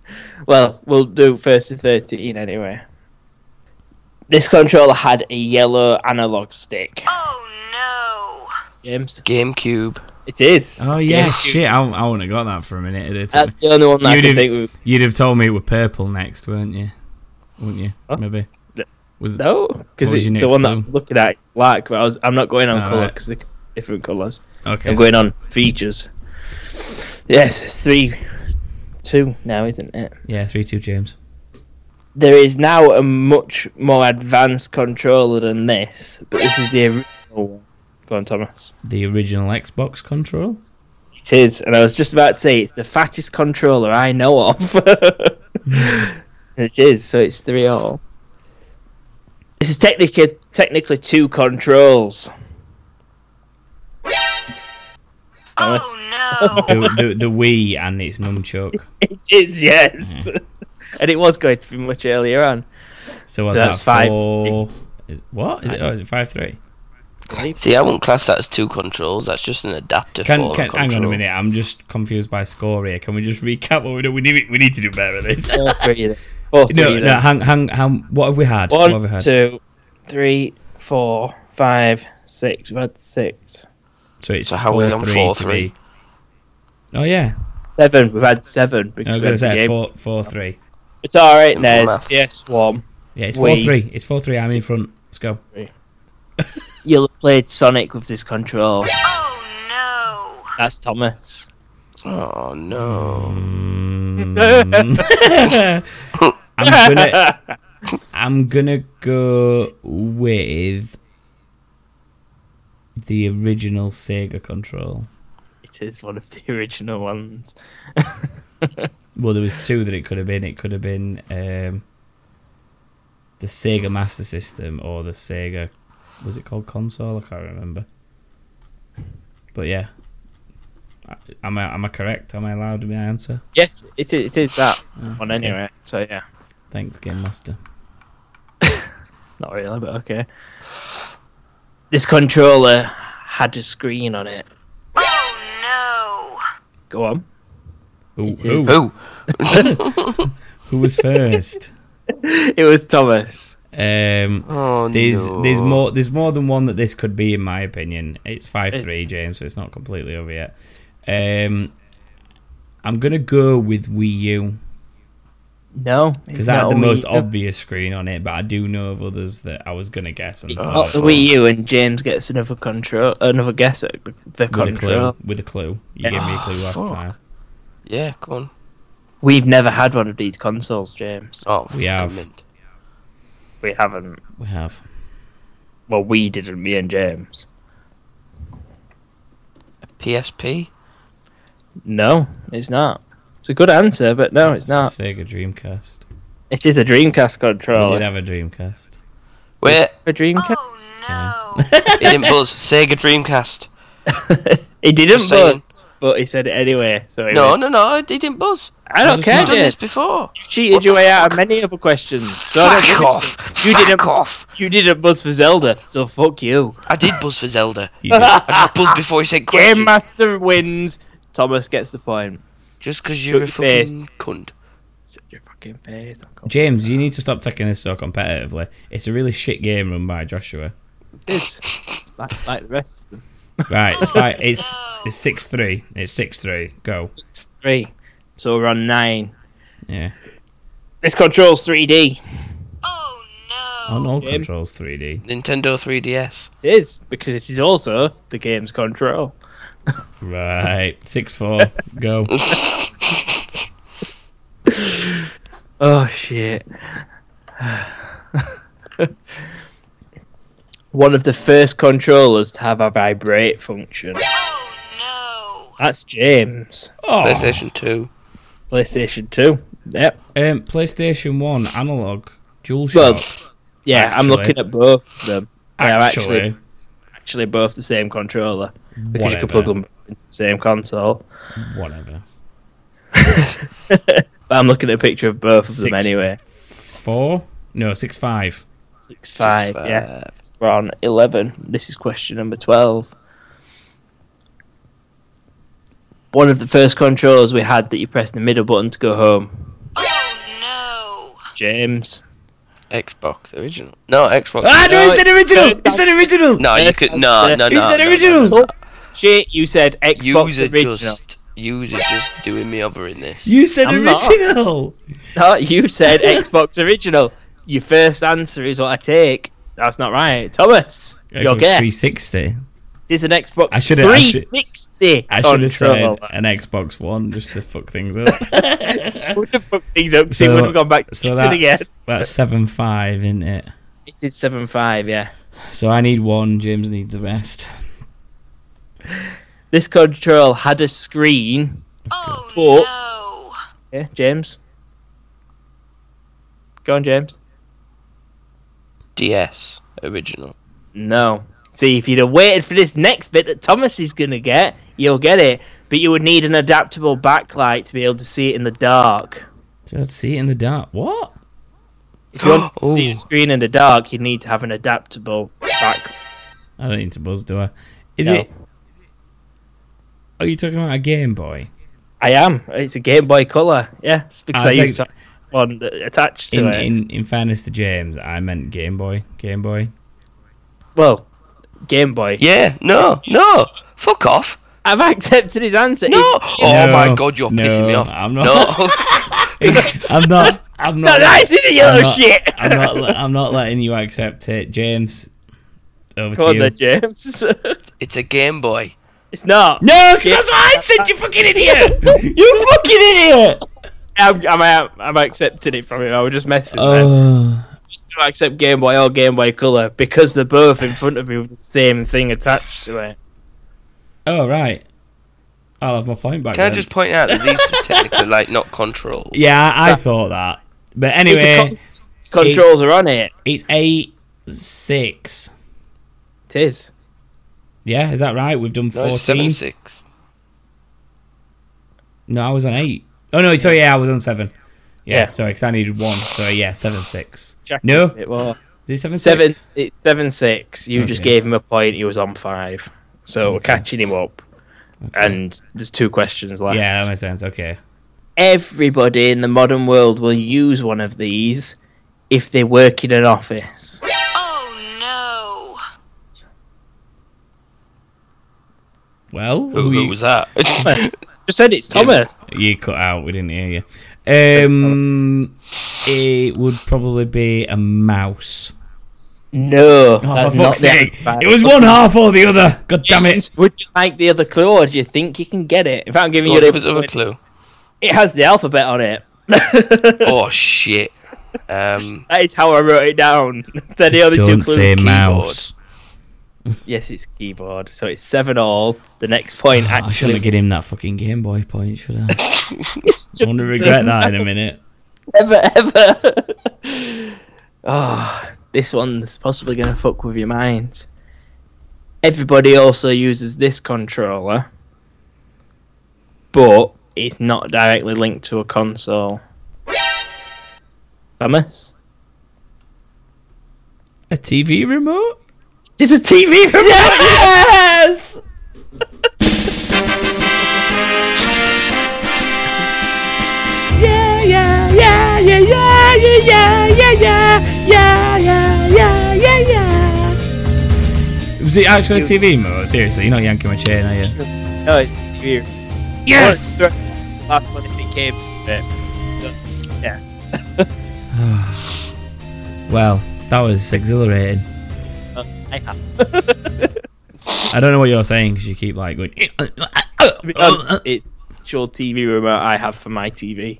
Well, we'll do first to 13 anyway. This controller had a yellow analog stick. Oh James, GameCube. it is. Oh yeah, GameCube. shit. I, I wouldn't have got that for a minute. It'd have That's the only one that You'd I can have- think of. You'd have told me it were purple next, weren't you? Wouldn't you? Huh? Maybe. Th- Was No, What because was the your next one that I'm clue? looking at is black, but I was, I'm not going on Ah, colour right. because they're different colours. okay? I'm going on features. Yes, it's three, two now, isn't it? Yeah, three two James. There is now a much more advanced controller than this, but this is the original one. Go on, Thomas. The original Xbox control. It is, and I was just about to say it's the fattest controller I know of. Hmm. it is, so it's three all. This is technically technically two controls. Thomas. Oh, no. the, the the Wii and its nunchuck. It is, yes. Hmm. and it was going to be much earlier on. So was That's that five, four? Is, what is it? Oh, is it five three? See, I won't class that as two controls. That's just an adapter Can, for can a hang on a control. minute. I'm just confused by score here. Can we just recap what we do? We need we need to do better at this. All three of them. All three no, of no. them. Hang, hang, hang. What have we had? what have we One, had? two, three, four, five, six. We've had six. So it's So how are four, we on three, four, to be- Oh yeah. Seven. We've had seven. No, Because I'm we had gonna the say game. four, four, three. It's all right, Simple Nez. maths. Yes, one. Yeah, it's Wait. four, three. It's four, three. I'm in front. Let's go. You'll have played Sonic with this control. Oh no. That's Thomas. Oh Hmm. no. Mm. I'm gonna, I'm gonna go with the original Sega control. It is one of the original ones. Well, there was two that it could have been. It could have been um, the Sega Master System or the Sega. Was it called console? I can't remember. But yeah, I- am I am I correct? Am I allowed my answer? Yes, it is, it is that one anyway. So yeah, Thanks, Game Master. not really, but okay. This controller had a screen on it. Oh Go on. Ooh, It is. ooh, Ooh. who was first? It was Thomas. um, Oh There's no. there's more there's more than one that this could be in my opinion. It's five three, James, so it's not completely over yet. Um, I'm gonna go with Wii U No, because I had the Wii most U. obvious screen on it, but I do know of others that I was gonna guess and It's so not the Wii U, and James gets another control, another guess at the with a control. clue. With a clue, you gave me a clue last fuck. time. Yeah, come on. We've never had one of these consoles, James. Oh, We have. comment. We haven't. We have. Well, we didn't. Me and James. PSP. No, it's not. It's a good answer, but no, it's the not. Sega Dreamcast. It is a Dreamcast We controller. did have a Dreamcast. Wait, a no. Dreamcast. Oh no. it didn't buzz. Sega Dreamcast. He didn't Just saying. buzz, but he said it anyway. So it No, was- no, no, it didn't buzz. I don't Just care. I've done this James. before. You've cheated What your the way out of many other questions. So I don't give Fuck a off. shit. You didn't. Fuck off. You didn't buzz for Zelda, so fuck you. I did buzz for Zelda. You did. I just buzzed before he Game said question. Master wins. Thomas gets the point. Just because you're a Shut your face. fucking cunt. Your fucking face. Uncle. James, you need to stop taking this so competitively. It's a really shit game run by Joshua. Like, like the rest of them. Right, it's five, it's it's six three. It's six three. Go. It's three. So we're on nine. Yeah. This controls 3D. Oh no. On all James. controls 3D. Nintendo 3DS. It is because it is also the game's control. Right. Six four. Go. Oh shit. One of the first controllers to have a vibrate function. Oh, No. That's James. Oh. PlayStation 2. PlayStation 2. Yep. Um, PlayStation One analog dual Well, shock. yeah, I'm Actually. looking at both of them. They are Actually, actually actually both the same controller because you whatever. can plug them into the same console. Whatever. but I'm looking at a picture of both of them Six- anyway. Four? No, six five. Six five. Five. Yeah. so We're on eleven. This is question number twelve. One of the first controls we had that you press the middle button to go home. Oh It's James. Xbox original. No, Xbox. Ah, no, it's an original. it's- It's an original. No, you could. No, no, no. It's an no, original. no, no. Shit, you said Xbox User original. just. User just doing me over in this. You said I'm not. original. No, you said Xbox original. Your first answer is what I take. That's not right, Thomas. your Xbox guess. 360. This is an Xbox I should've- I should- 360 I should have said controller. an Xbox One just to fuck things up. Would have fucked things up. 'cause it would have gone back to so so again. that's, that's seven five, isn't it? It is seven five. Yeah. So I need one. James needs the rest. This control had a screen. no. But Oh, No. yeah, James. Go on, James. DS original. No. See, if you'd have waited for this next bit that Thomas is gonna get, you'll get it. But you would need an adaptable backlight to be able to see it in the dark. Do I see it in the dark? What? If you want to see Ooh. a screen in the dark, you need to have an adaptable back. I don't need to buzz, do I? Is No. it? Are you talking about a Game Boy? I am. It's a Game Boy Color. Yes, because Ah, I, it's used like- to have one that attached to In, it. in in fairness to James, I meant Game Boy. Game Boy. Well, Game Boy. Yeah, no, no. Fuck off. I've accepted his answer. No! It's- oh No, my god, you're pissing me no, off. I'm not. No. I'm not. I'm not not. nice, is it, you I'm little not- shit? I'm not. le- I'm not letting you accept it, James. Come Over to on you. then, James. it's a Game Boy. it's not. no, 'cause that's what I said. You fucking idiot. you fucking idiot. I'm, I'm, out- I'm accepting it from him. I was just messing. man. Oh, Just gonna accept Game Boy or Game Boy Color because they're both in front of me with the same thing attached to it. oh right. I'll have my point back. Can I then. just point out that these are technically like not controls? Yeah, Ah. I thought that. But It's a anyway, con- controls are on it. it's eight six. It is. Yeah, is that right? We've done No, fourteen. it's seven six. No, I was on eight. Oh no, sorry, yeah, I was on seven. Yeah, Yeah. sorry, because I needed one. Sorry, yeah, seven six. Jack- No, It was. is it seven Seven. six? It's seven six. You just Okay. gave him a point. He was on five, so we're catching him up. And there's two questions left. Yeah, that makes sense. Okay. Everybody in the modern world will use one of these if they work in an office. Oh Well, Who, you, who was that? Just said it's Thomas. you cut out. We didn't hear you. Um, it would probably be a mouse. No, Oh, that's for not fuck's the sake! answer. It was one half or the other. God damn it! Would you like the other clue, or do you think you can get it? If I'm giving Go on, you give the us another clue. it has the alphabet on it. Oh shit. Um, That is how I wrote it down. They're the only two Don't clues. say Keyboard. mouse. Yes, it's keyboard. So it's seven all. The next point Oh, Ah, I actually shouldn't give him that fucking Game Boy point, should I? I'm gonna regret that in a minute. ever ever. oh, this one's possibly gonna fuck with your mind. Everybody also uses this controller, but it's not directly linked to a console. Thomas, A TV remote. it's a TV remote. Yes! yeah, yeah, yeah, yeah, yeah, yeah, yeah, yeah, yeah, yeah, yeah, yeah, yeah. Was it actually a TV mode? Seriously, you're not yanking my chain, are you? No, it's a TV. remote. Yes! Last one if it came. Well, that was exhilarating. but I have. I don't know what you're saying because you keep like going. To be honest, it's the actual TV remote I have for my TV.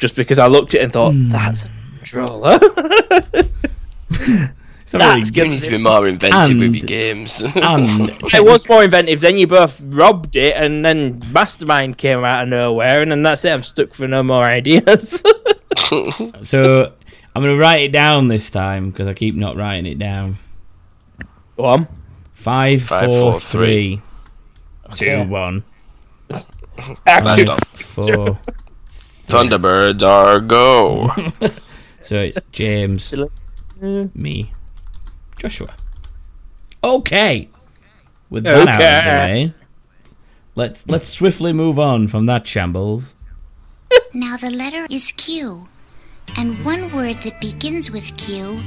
Just because I looked at it and thought, that's a controller. It's not really That's good. you need to be more inventive with your And- games. And it was more inventive. Then you both robbed it, and then Mastermind came out of nowhere, and then that's it. I'm stuck for no more ideas. so I'm gonna write it down this time because I keep not writing it down. Go on. Five, Five, four, four, three, three. two, one, Right, Action. done. four. Thunderbirds are go. So it's James, me, Joshua. Okay. With that out of the Okay. way, let's let's swiftly move on from that shambles. Now the letter is Q, and one word that begins with Q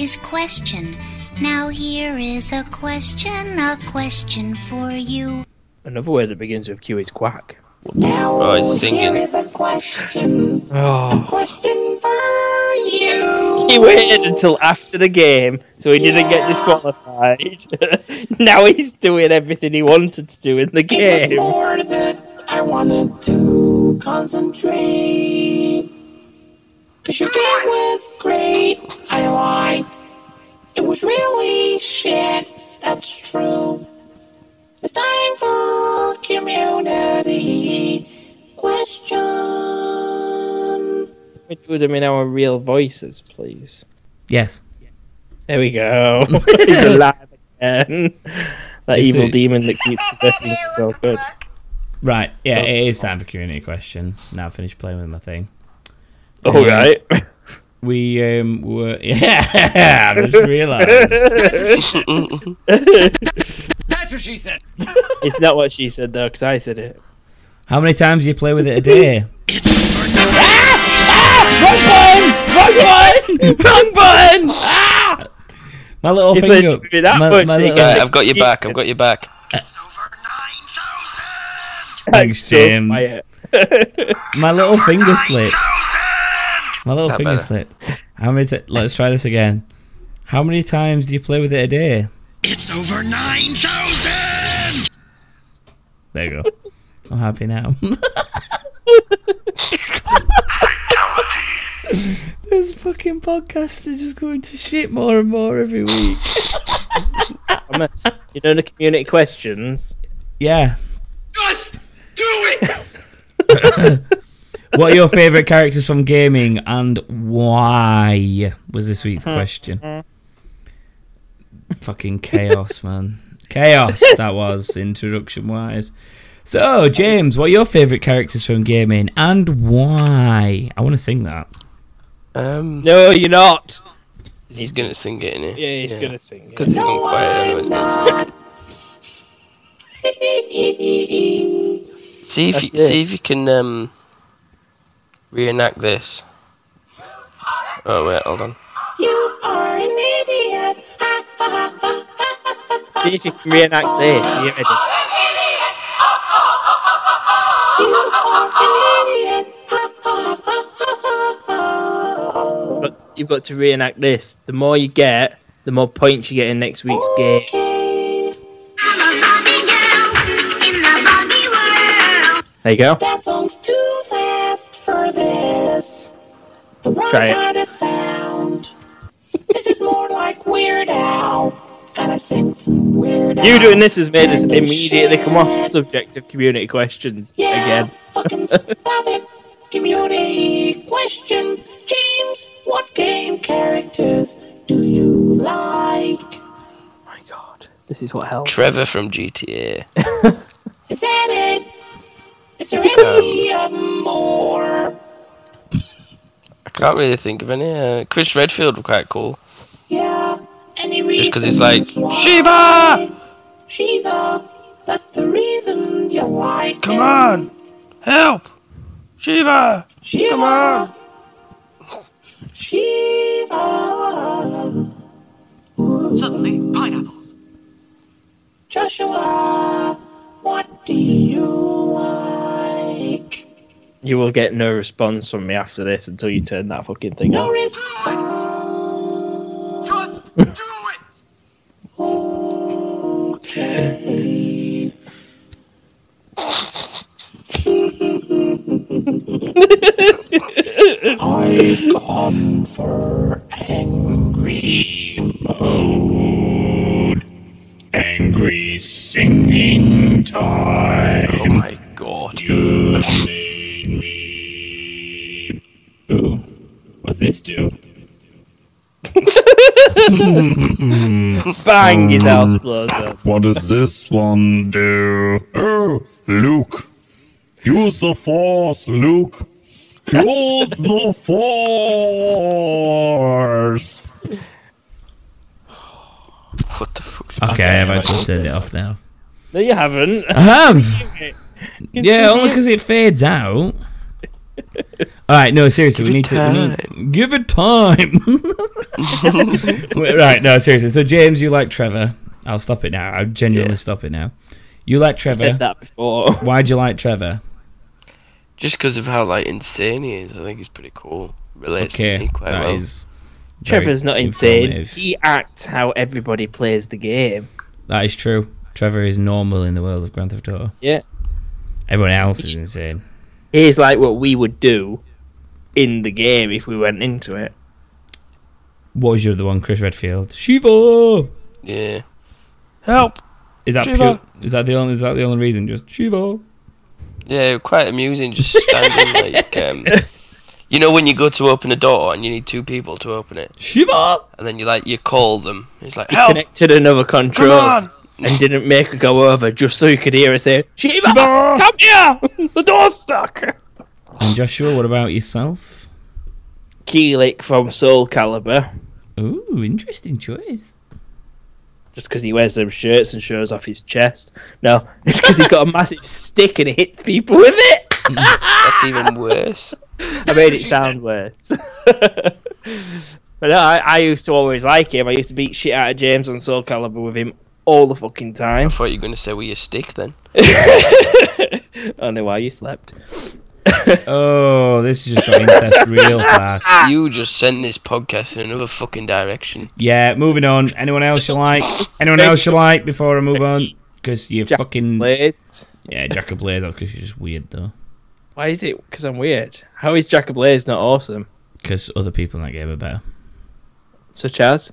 is question. Now here is a question, a question for you. Another word that begins with Q is quack. Now, Oh, he's singing. here is a question. Oh. Question for you. He waited until after the game, so he didn't get disqualified. now he's doing everything he wanted to do in the It was game. more that I wanted to concentrate. Cause your game was great. I lied. It was really shit. That's true. It's time for community question. Can we do them in our real voices, please? Yes. There we go. He's alive again. That It's evil the- demon that keeps possessing him is so good. Right. Yeah, So- it is time for community question. Now I've finished playing with my thing. All right. We um were yeah. I just realised. it's not what she said though, because I said it. How many times do you play with it a day? Ah! Wrong button! Wrong button! Ah! My little If they finger. do that my, much, my they little, can- Right, I've got your back. I've got your back. It's over 9,000! Thanks, so James. quiet. uh, My little finger slipped. My little That finger better. slipped. How many? T- let's try this again. How many times do you play with it a day? It's over 9,000! There you go. I'm happy now. this fucking podcast is just going to shit more and more every week. Thomas, you know the community questions. Yeah. Just do it! What are your favourite characters from gaming and why? Was this week's question. Fucking chaos, man. Chaos, that was, introduction wise. So, James, what are your favourite characters from gaming and why? I want to sing that. Um, No, you're not. he's gonna sing it, isn't he? Yeah, he's gonna sing. Because he's gone quiet. I know it's see if you, That's it. see if you can um reenact this. Oh wait, hold on. You are an idiot. Ha, ha, ha, ha, ha, ha, ha. See if you can reenact this. You ready? You are an idiot. Ha, ha, ha, ha, ha, ha. But you've got to reenact this. The more you get, the more points you get in next week's game. Okay, I'm a Barbie girl in the Barbie world. There you go. that song's too fast for this. The wrong Try it. kind of sound. this is more like Weird Al. Gotta sing some Weird Al. You doing this has made us immediately come off the subject of community questions Yeah, again. fucking stop it. Community question. James, what game characters do you like? Oh my god, this is what helps. Trevor from GTA. Is that it? Is there any um, more? I can't really think of any. Uh, Chris Redfield was quite cool. Yeah. Any Just reason? 'cause it's like, Shiva. Shiva. That's the reason you like. Come him. on, help, Shiva! Shiva. Come on. Shiva. Suddenly, pineapples. Joshua. What do you like? You will get no response from me after this until you turn that fucking thing No off. response. Just do it! Okay. I've gone for angry Mode. Angry singing time. Oh my god! You made me. Ooh, what's this do? Bang! Mm. His house blows up. What does this one do? Oh, Luke. Use the force, Luke. Use the force. What the fuck? Okay, I've actually turned it off now. No, you haven't. I have! Yeah, only because it fades out. Alright, no, seriously, we need to. we need- give it time! Wait, right, no, seriously. So, James, you like Trevor. I'll stop it now. I'll genuinely stop it now. You like Trevor. said that before. Why'd you like Trevor? Just because of how like insane he is, I think he's pretty cool. Relates to Okay, me quite that well. is very Trevor's not insane. informative. He acts how everybody plays the game. That is true. Trevor is normal in the world of Grand Theft Auto. Yeah. Everyone else is insane. Here's like what we would do in the game if we went into it. What was your other one, Chris Redfield? Shiva. Yeah. Help! Is that Shiva. pure, is that the only is that the only reason? Just Shiva. Yeah, quite amusing just standing like um you know when you go to open a door and you need two people to open it Shiva. and then you like you call them. It's like He help connected another come control on and didn't make her go over just so you could hear her say, Shiva, come here! the door's stuck! And Joshua, what about yourself? Keelik from Soul Calibur, Ooh, interesting choice. just because he wears them shirts and shows off his chest. No, it's because he's got a massive stick and he hits people with it! That's even worse. I made it sound worse. but no, I, I used to always like him. I used to beat shit out of James on Soul Calibur with him all the fucking I time. thought you were gonna say with your stick then. Oh no, while you slept. Oh, this has just got incest real fast. You just sent this podcast in another fucking direction. Yeah, moving on. Anyone else you like? Anyone else you like before I move on? Because you Jack fucking Blades. yeah, Jack of Blades. That's because you're just weird though. Why is it? Because I'm weird. How is Jack of Blades not awesome? Because other people in that game are better. Such as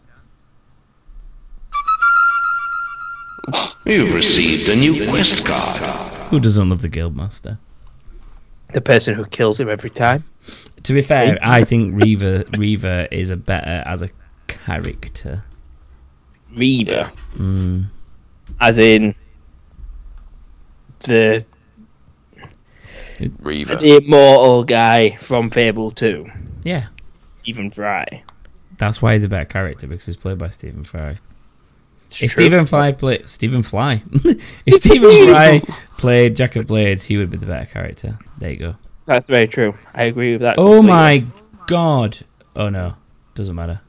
You've received a new quest card. Who doesn't love the Guildmaster? the person who kills him every time. To be fair, I think Reaver Reaver is a better as a character. Reaver. Mm. As in the Reaver. the immortal guy from Fable Two, Yeah, Stephen Fry. that's why he's a better character because he's played by Stephen Fry. It's If true. Stephen Fry played Stephen Fly, if Stephen Fry played Jack of Blades, he would be the better character. There you go. That's very true. I agree with that. Oh completely. my god. Oh no. Doesn't matter.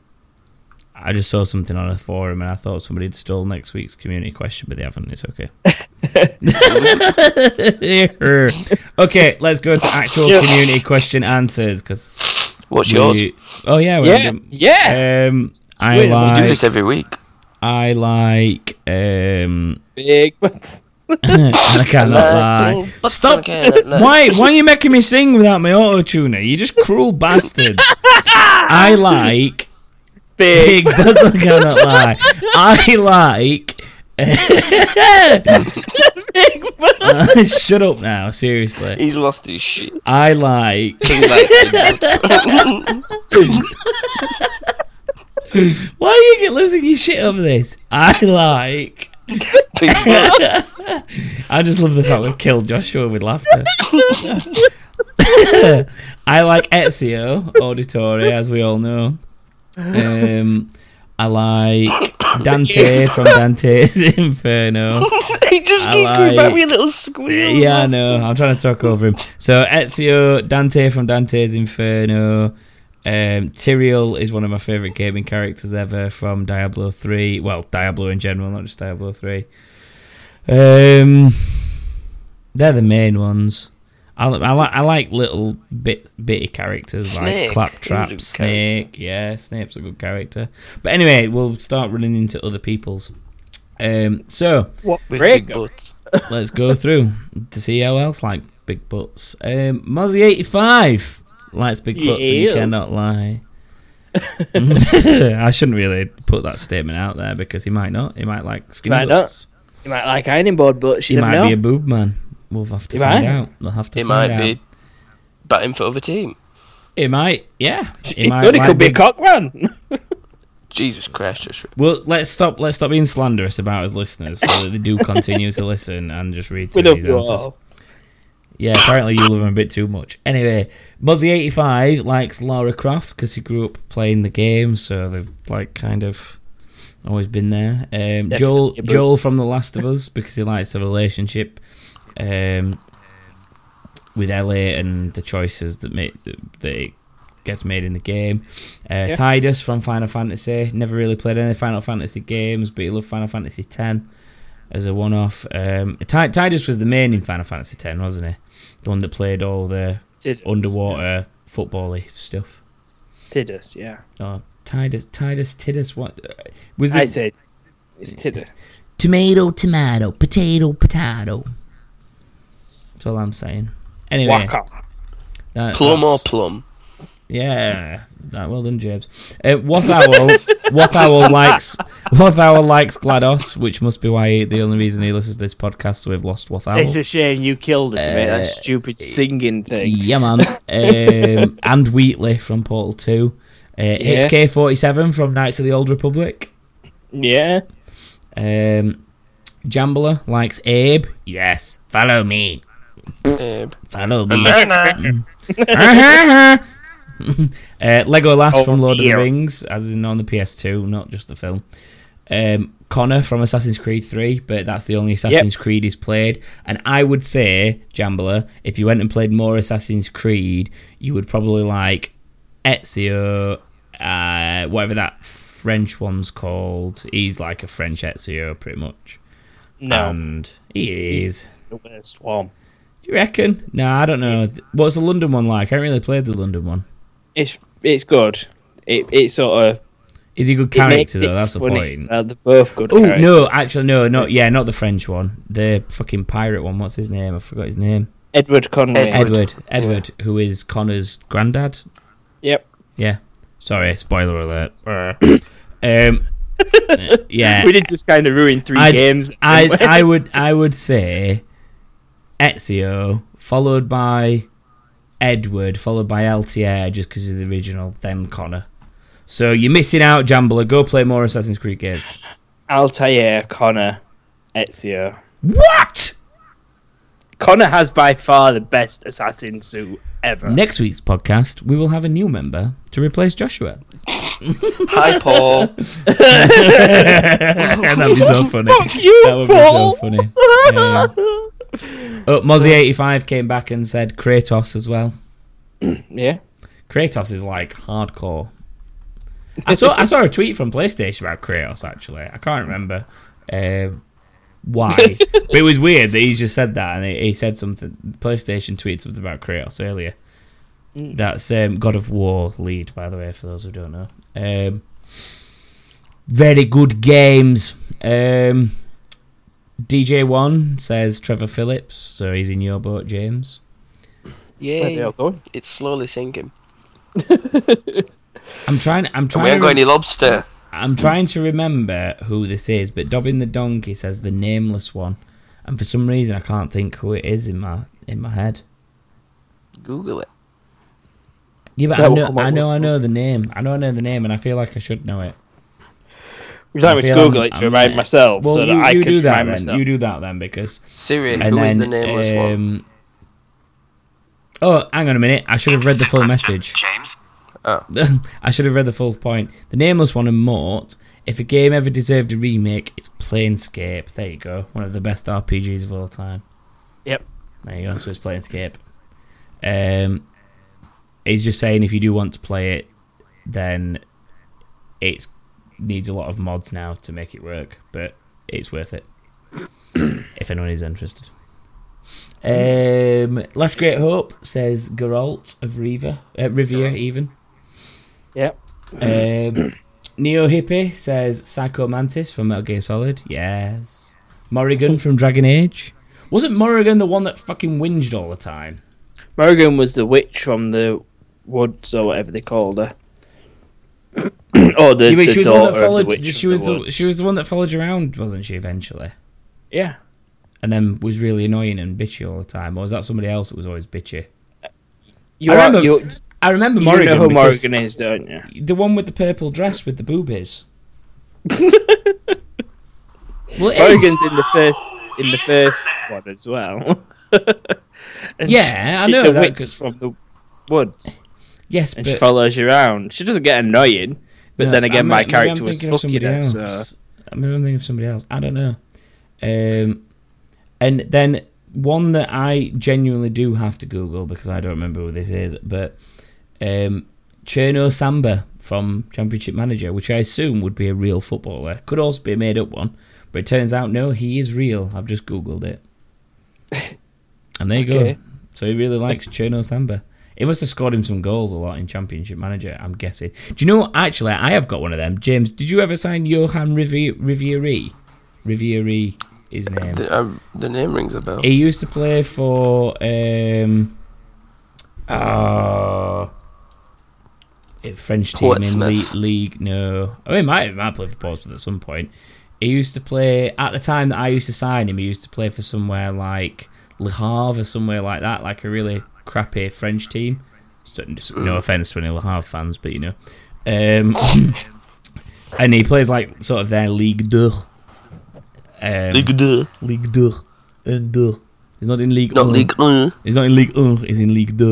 I just saw something on a forum and I thought somebody had stole next week's community question, but they haven't. It's okay. okay, let's go to actual community question answers because What's yours? Oh yeah, we're Yeah, ending- yeah. Um, I Sweet. We do like. this every week. I like. Um, Big but I Uh, cannot lie. uh, Stop! Why? Why are you making me sing without my auto tuner? You just cruel bastards. I like big. big butts. I cannot lie. I like. Uh, shut up now, seriously. He's lost his shit. I like. He likes it. Why are you get losing your shit over this? I like. People- I just love the fact we've killed Joshua with laughter. I like Ezio Auditore, as we all know. Um, I like Dante from Dante's Inferno. he just I keeps coming back like- with your little squeal. Yeah, I know. I'm trying to talk over him. So Ezio, Dante from Dante's Inferno. Um, Tyrael is one of my favorite gaming characters ever from Diablo 3. Well, Diablo in general, not just Diablo 3. Um, they're the main ones. I, li- I, li- I like little bit bitty characters Snake. like Claptrap, He's a good Snake. Yeah, Snape's a good character. But anyway, we'll start running into other people's. Um, so What With big? big butts. Let's go through to see how else like big butts. Um, Mozzie eighty five likes big butts Yeah. and cannot lie. I shouldn't really put that statement out there because he might not. He might like skinny Might not. butts. You might like ironing board, but He you never might know. be a boob man. We'll have to He find might. out. We'll have to It find might out. be batting for other team. It might. Yeah. It could, it like could be a big- cock run. Jesus Christ, just Well, let's stop. Let's stop being slanderous about his listeners, so that they do continue to listen and just read We through love these you answers. all. Yeah, apparently you love him a bit too much. Anyway, Muzzy85 likes Lara Croft because he grew up playing the game, so they've like kind of always been there. Um, Joel a boob. Joel from The Last of Us because he likes the relationship um, with Ellie and the choices that make that that it gets made in the game. Uh, Tidus from Final Fantasy never really played any Final Fantasy games, but he loved Final Fantasy X as a one-off. Um, Ty- Tidus was the main in Final Fantasy X, wasn't he? The one that played all the Did us, underwater footbally stuff. Did us, yeah. Oh, Tidus, Tidus, Tidus. What uh, was I it? said it's Tidder. tomato, tomato, potato, potato. That's all I'm saying. Anyway, Waka. that- plum or that's- plum. Yeah, that, well done, James. Uh, Wath Owl, Wath Owl likes Wath Owl likes Glados, which must be why the only reason he listens to this podcast. So we've lost Wath Owl. It's a shame you killed us, mate. That stupid singing thing. Yeah, man. um, and Wheatley from Portal Two, uh, Yeah. HK47 from Knights of the Old Republic. Yeah. Um, Jambler likes Abe. Yes, follow me. Um, Follow me. uh, Lego Last from Lord of the Rings, as in on the PS2, not just the film. Um, Connor from Assassin's Creed 3, but that's the only Assassin's Creed he's played. And I would say, Jambler, if you went and played more Assassin's Creed, you would probably like Ezio, uh, whatever that French one's called. He's like a French Ezio, pretty much. No. And he is. the worst one. Do you reckon? No, I don't know. What's the London one like? I haven't really played the London one. It's it's good. It it sort of Is he a good it makes character it though? That's the funny point. as well. They're both good. Oh characters. no, actually no, not yeah, not the French one. The fucking pirate one. What's his name? I forgot his name. Edward Conway. Edward. Edward, who is Connor's granddad. Yep. Yeah. Sorry, spoiler alert. um, yeah. We did just kind of ruin 3 I'd- games. I I would I would say Ezio followed by Edward followed by LTR just because he's the original, then Connor. So you're missing out, Jambler. Go play more Assassin's Creed games. Altair, Connor, Ezio. What? Connor has by far the best assassin suit ever. Next week's podcast, we will have a new member to replace Joshua. Hi, Paul. That'd be so funny. Oh, Fuck you, that would Paul. be so funny. Yeah. Oh, Mozzie85 came back and said Kratos as well. yeah. Kratos is like hardcore. I saw I saw a tweet from PlayStation about Kratos actually. I can't remember um why, but it was weird that he just said that and he, he said something. PlayStation tweeted something about Kratos earlier. That's um, God of War lead, by the way, for those who don't know. Um, very good games. Um, DJ One says Trevor Phillips, so he's in your boat, James. Where they Yay. all going? It's slowly sinking. I'm trying. I'm And trying. we ain't to- got any lobster. I'm trying to remember who this is, but Dobbin the Donkey says the nameless one, and for some reason I can't think who it is in my in my head. Google it. Yeah, but That I will know, come up I know, I know the name. I know, I know the name, and I feel like I should know it. Would you like me to feel Google I'm- it I'm- to remind myself Well, so you, that I you could do that remind then. myself? You do that then because. Siri, And who then, is the nameless one? um, Oh, hang on a minute! I should have read the full message. James. Oh. I should have read the full point. The nameless one and Mort. If a game ever deserved a remake, it's Planescape. There you go. One of the best RPGs of all time. Yep. There you go. So it's Planescape. Um, he's just saying if you do want to play it, then it needs a lot of mods now to make it work, but it's worth it if anyone is interested. Um, Last Great Hope says Geralt of Riva, uh, Rivia, even. Yep. Um, Neo Hippie says Psycho Mantis from Metal Gear Solid. Yes. Morrigan from Dragon Age. Wasn't Morrigan the one that fucking whinged all the time? Morgan was the witch from the woods or whatever they called her. or the, Yeah, the but she was the one daughter that of the followed. witch. She of was the the, woods. she was the one that followed you around, wasn't she? Eventually, Yeah. and then was really annoying and bitchy all the time. Or was that somebody else that was always bitchy? You I are- remember you, I remember you Morrigan. know who because Morgan is, don't you? The one with the purple dress with the boobies. well, it is. Morgan's in the first in the first one as well. And Yeah, I she's know the that witch 'cause- from the woods, yes, and but she follows you around. She doesn't get annoying, but No, then again, I'm- my maybe character I'm was thinking of fucking somebody her, so else. I mean, I'm thinking of somebody else. I don't know. Um, and then one that I genuinely do have to Google because I don't remember who this is, but um, Cherno Samba from Championship Manager, which I assume would be a real footballer, could also be a made up one, but it turns out no, he is real. I've just Googled it. And there you Okay. go. So he really likes Cherno Samba. He must have scored him some goals a lot in Championship Manager, I'm guessing. Do you know, actually, I have got one of them. James, did you ever sign Johan Rivier- Rivieri? Rivieri, his name. The, uh, the name rings a bell. He used to play for. Um, uh, a French team in Portsmouth. league, league. No, oh, he might he might play for Portsmouth at some point. He used to play at the time that I used to sign him. He used to play for somewhere like Le Havre or somewhere like that, like a really crappy French team. So, so- no offense to any Le Havre fans, but you know. Um, and he plays like sort of their Ligue 2. Um, Ligue 2. Ligue 2. Un 2. He's not in Ligue Not 1. Ligue 1. He's not in Ligue 1, he's in Ligue 2.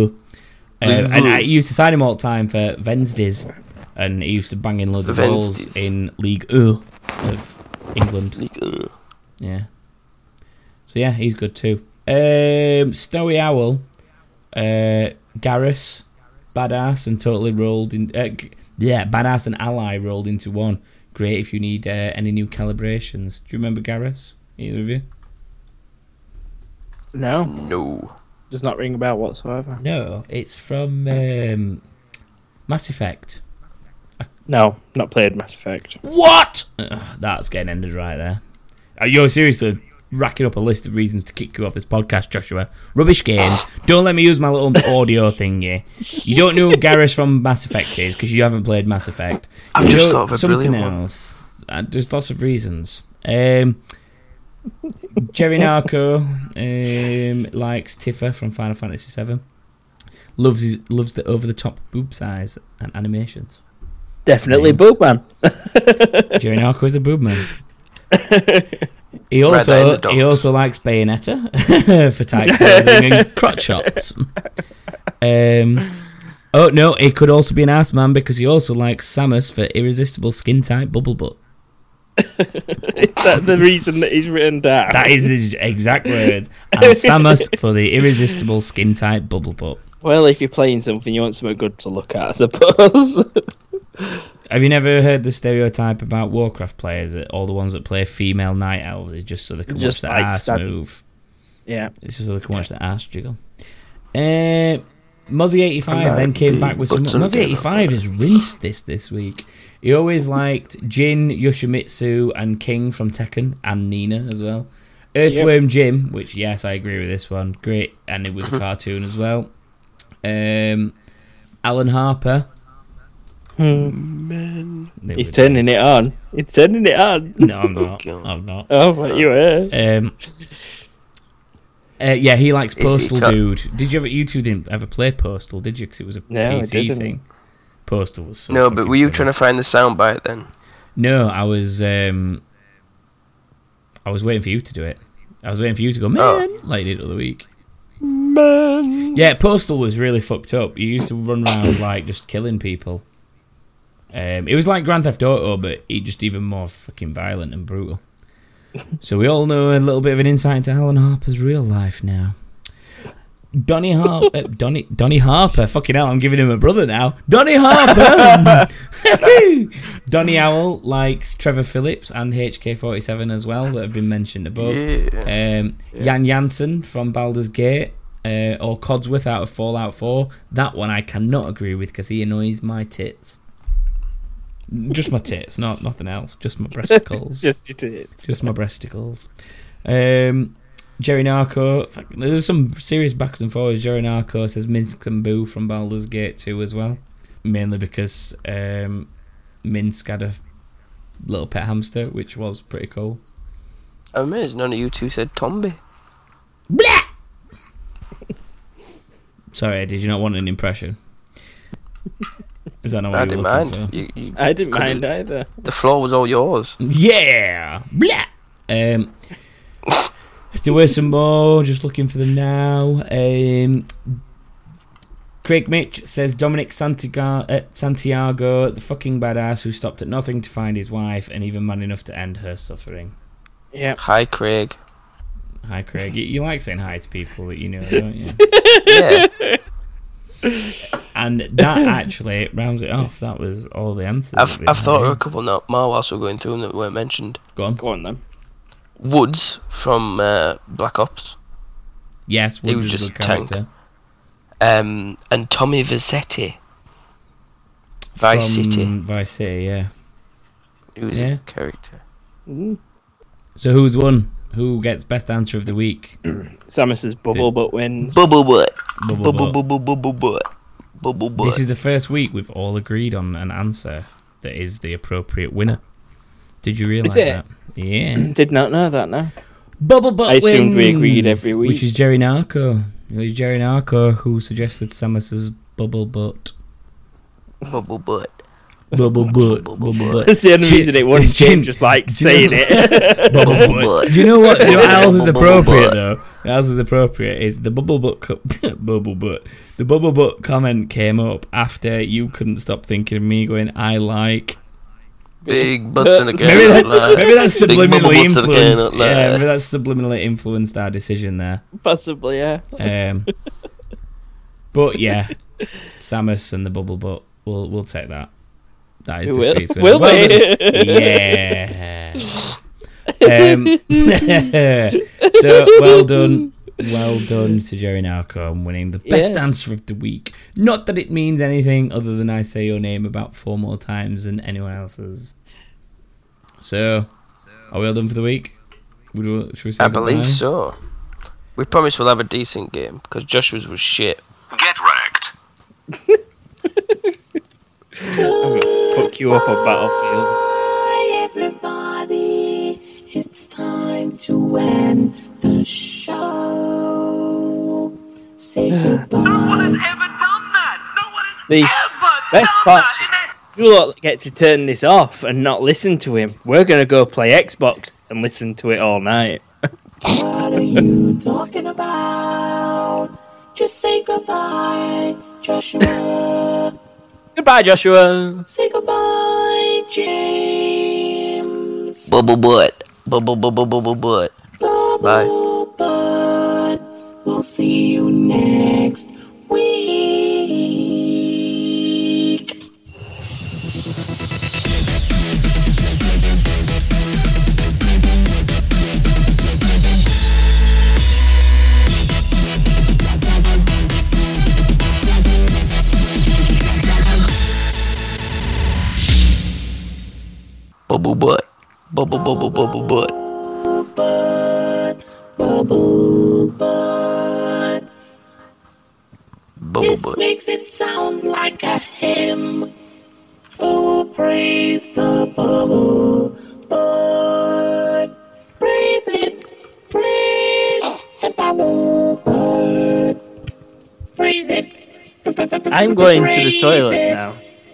Um, Ligue and 2. I used to sign him all the time for Wednesdays. And he used to bang in loads of goals Wednesdays. in League 2 of England. Ligue 1. Yeah. So yeah, he's good too. Um, Snowy Owl, uh, Garrus, badass and totally rolled in. Uh, g- yeah, badass and ally rolled into one. Great if you need uh, any new calibrations. Do you remember Garrus? Either of you? no. No. does not ring a bell whatsoever. No, it's from um, Mass Effect. No, not played Mass Effect. What? Ugh, that's getting ended right there. Uh, you're seriously racking up a list of reasons to kick you off this podcast, Joshua. Rubbish games. don't let me use my little audio thingy. You don't know who Garrus from Mass Effect is because you haven't played Mass Effect. I've You just know thought of a something brilliant one. else. Uh, there's lots of reasons. Um, Jerry Narco um, likes Tifa from Final Fantasy VII. Loves his, loves the over the top boob size and animations. Definitely Boogman. Jerry Narco is a boob man. He Right there in also the he dogs. also likes Bayonetta for tight clothing and crotch shots. Um, oh no, it could also be an ass man because he also likes Samus for irresistible skin tight bubble butt. is that the reason that he's written down? That is his exact words. And Samus for the irresistible skin tight bubble butt. Well, if you're playing something, you want something good to look at, I suppose. Have you never heard the stereotype about Warcraft players that all the ones that play female night elves is just so they can Just watch the like ass stab- move? yeah. It's just so they can watch the ass jiggle. Uh, Muzzy85 then came back with some. Button game up Muzzy85 has rinsed this this week. He always liked Jin, Yoshimitsu, and King from Tekken, and Nina as well. Earthworm Jim, which, yes, I agree with this one. Great, and it was a cartoon as well. Um, Alan Harper. Man. Hmm. He's turning it on. He's turning it on. No, I'm not. God. I'm not. Oh, but you were. Um, uh, yeah, he likes he Postal cut- Dude. Did you ever? You two didn't ever play Postal, did you? Because it was a No, I PC didn't. thing. Postal was so No, but fucking were you funny. trying to find the soundbite then? No, I was. Um, I was waiting for you to do it. I was waiting for Oh. you to go, man, like you did the other week. Man. Yeah, Postal was really fucked up. You used to run around like just killing people. Um, it was like Grand Theft Auto, but it just even more fucking violent and brutal. so we all know a little bit of an insight into Alan Harper's real life now. Donny Harper, uh, Donny Donny Harper, fucking hell, I'm giving him a brother now. Donny Harper, Donny Owl likes Trevor Phillips and HK47 as well that have been mentioned above. Um, Jan Janssen from Baldur's Gate uh, or Codsworth out of Fallout 4. That one I cannot agree with because he annoys my tits. Just my tits, not nothing else. Just my breasticles. Just you did. Just my breasticles. Um, Jerry Narco. fuck, There's some serious backs and forwards. Jerry Narco says Minsk and Boo from Baldur's Gate 2 as well. Mainly because um, Minsk had a f- little pet hamster, which was pretty cool. I'm amazed none of you two said Tomby. Sorry, did you not want an impression? Is that not what I you didn't were looking mind. for? Mm. You, you, I didn't couldn't- mind either. The floor was all yours. Yeah. Blah. Um, there were some more. Just looking for them now. Um, Craig Mitch says Dominic Santiago, uh, Santiago, the fucking badass who stopped at nothing to find his wife and even man enough to end her suffering. Yeah. Hi, Craig. Hi, Craig. You, you like saying hi to people that you know, don't you? Yeah. And that actually rounds it off. That was all the answers. that I've, we I've had. thought of a couple no- more whilst we're going through them that weren't mentioned. Go on. Go on then. Woods from uh, Black Ops, Yes, Woods was is a just good a tank. character. um, and Tommy Vizetti. Vice From City. Vice City, yeah. He was yeah. a character. So who's won? Who gets best answer of the week? Samus's bubble butt wins. Bubble butt. Bubble Bubble butt. bubble bubble butt. Bubble butt. This is the first week we've all agreed on an answer that is the appropriate winner. Did you realise it? that? Yeah. Did not know that now. Bubble butt I assumed we wins, agreed every week. Which is Jerry Narco. It was Jerry Narco who suggested Samus's bubble butt. Bubble butt. Bubble butt. Bubble butt. That's the only Gin- reason it won't gin- change, just like gin- saying it. Bubble butt. Do you know what? You know what else is Bubble appropriate butt. though? What else is appropriate is the bubble butt. Co- bubble butt. The bubble butt comment came up after you couldn't stop thinking of me going. I like. Big butts and a can Maybe of that's, lard. maybe that's Big bubble subliminally butts and a can influenced. of lard. Yeah, maybe that's subliminally influenced our decision there. Possibly, yeah. Um, but yeah, Samus and the bubble butt. We'll we'll take that. That is We this will- week's win. will Well we? done. Yeah. um, so well done. Well done to Jerry Narco on winning the best Yes. answer of the week. Not that it means anything other than I say your name about four more times than anyone else's. So, are we all done for the week? Would we, should we say I believe goodbye? so. We promise we'll have a decent game because Joshua's was shit. Get wrecked. Fuck you up on Battlefield. Hi, everybody. It's time to end the show. Say goodbye. See, best part, you lot get to turn this off and not listen to him. We're gonna go play Xbox and listen to it all night. What are you talking about? Just say goodbye, Joshua. Goodbye, Joshua. say goodbye, James. Bubble butt. Bubble bubble bubble butt. Bye. But we'll see you next week. Bubble butt. Bubble bubble bubble butt. Bubble butt. Bubble This butt. makes it sound like a hymn. Oh, praise the bubble butt. Praise it. Praise the bubble butt. Praise it. I'm going to the toilet now.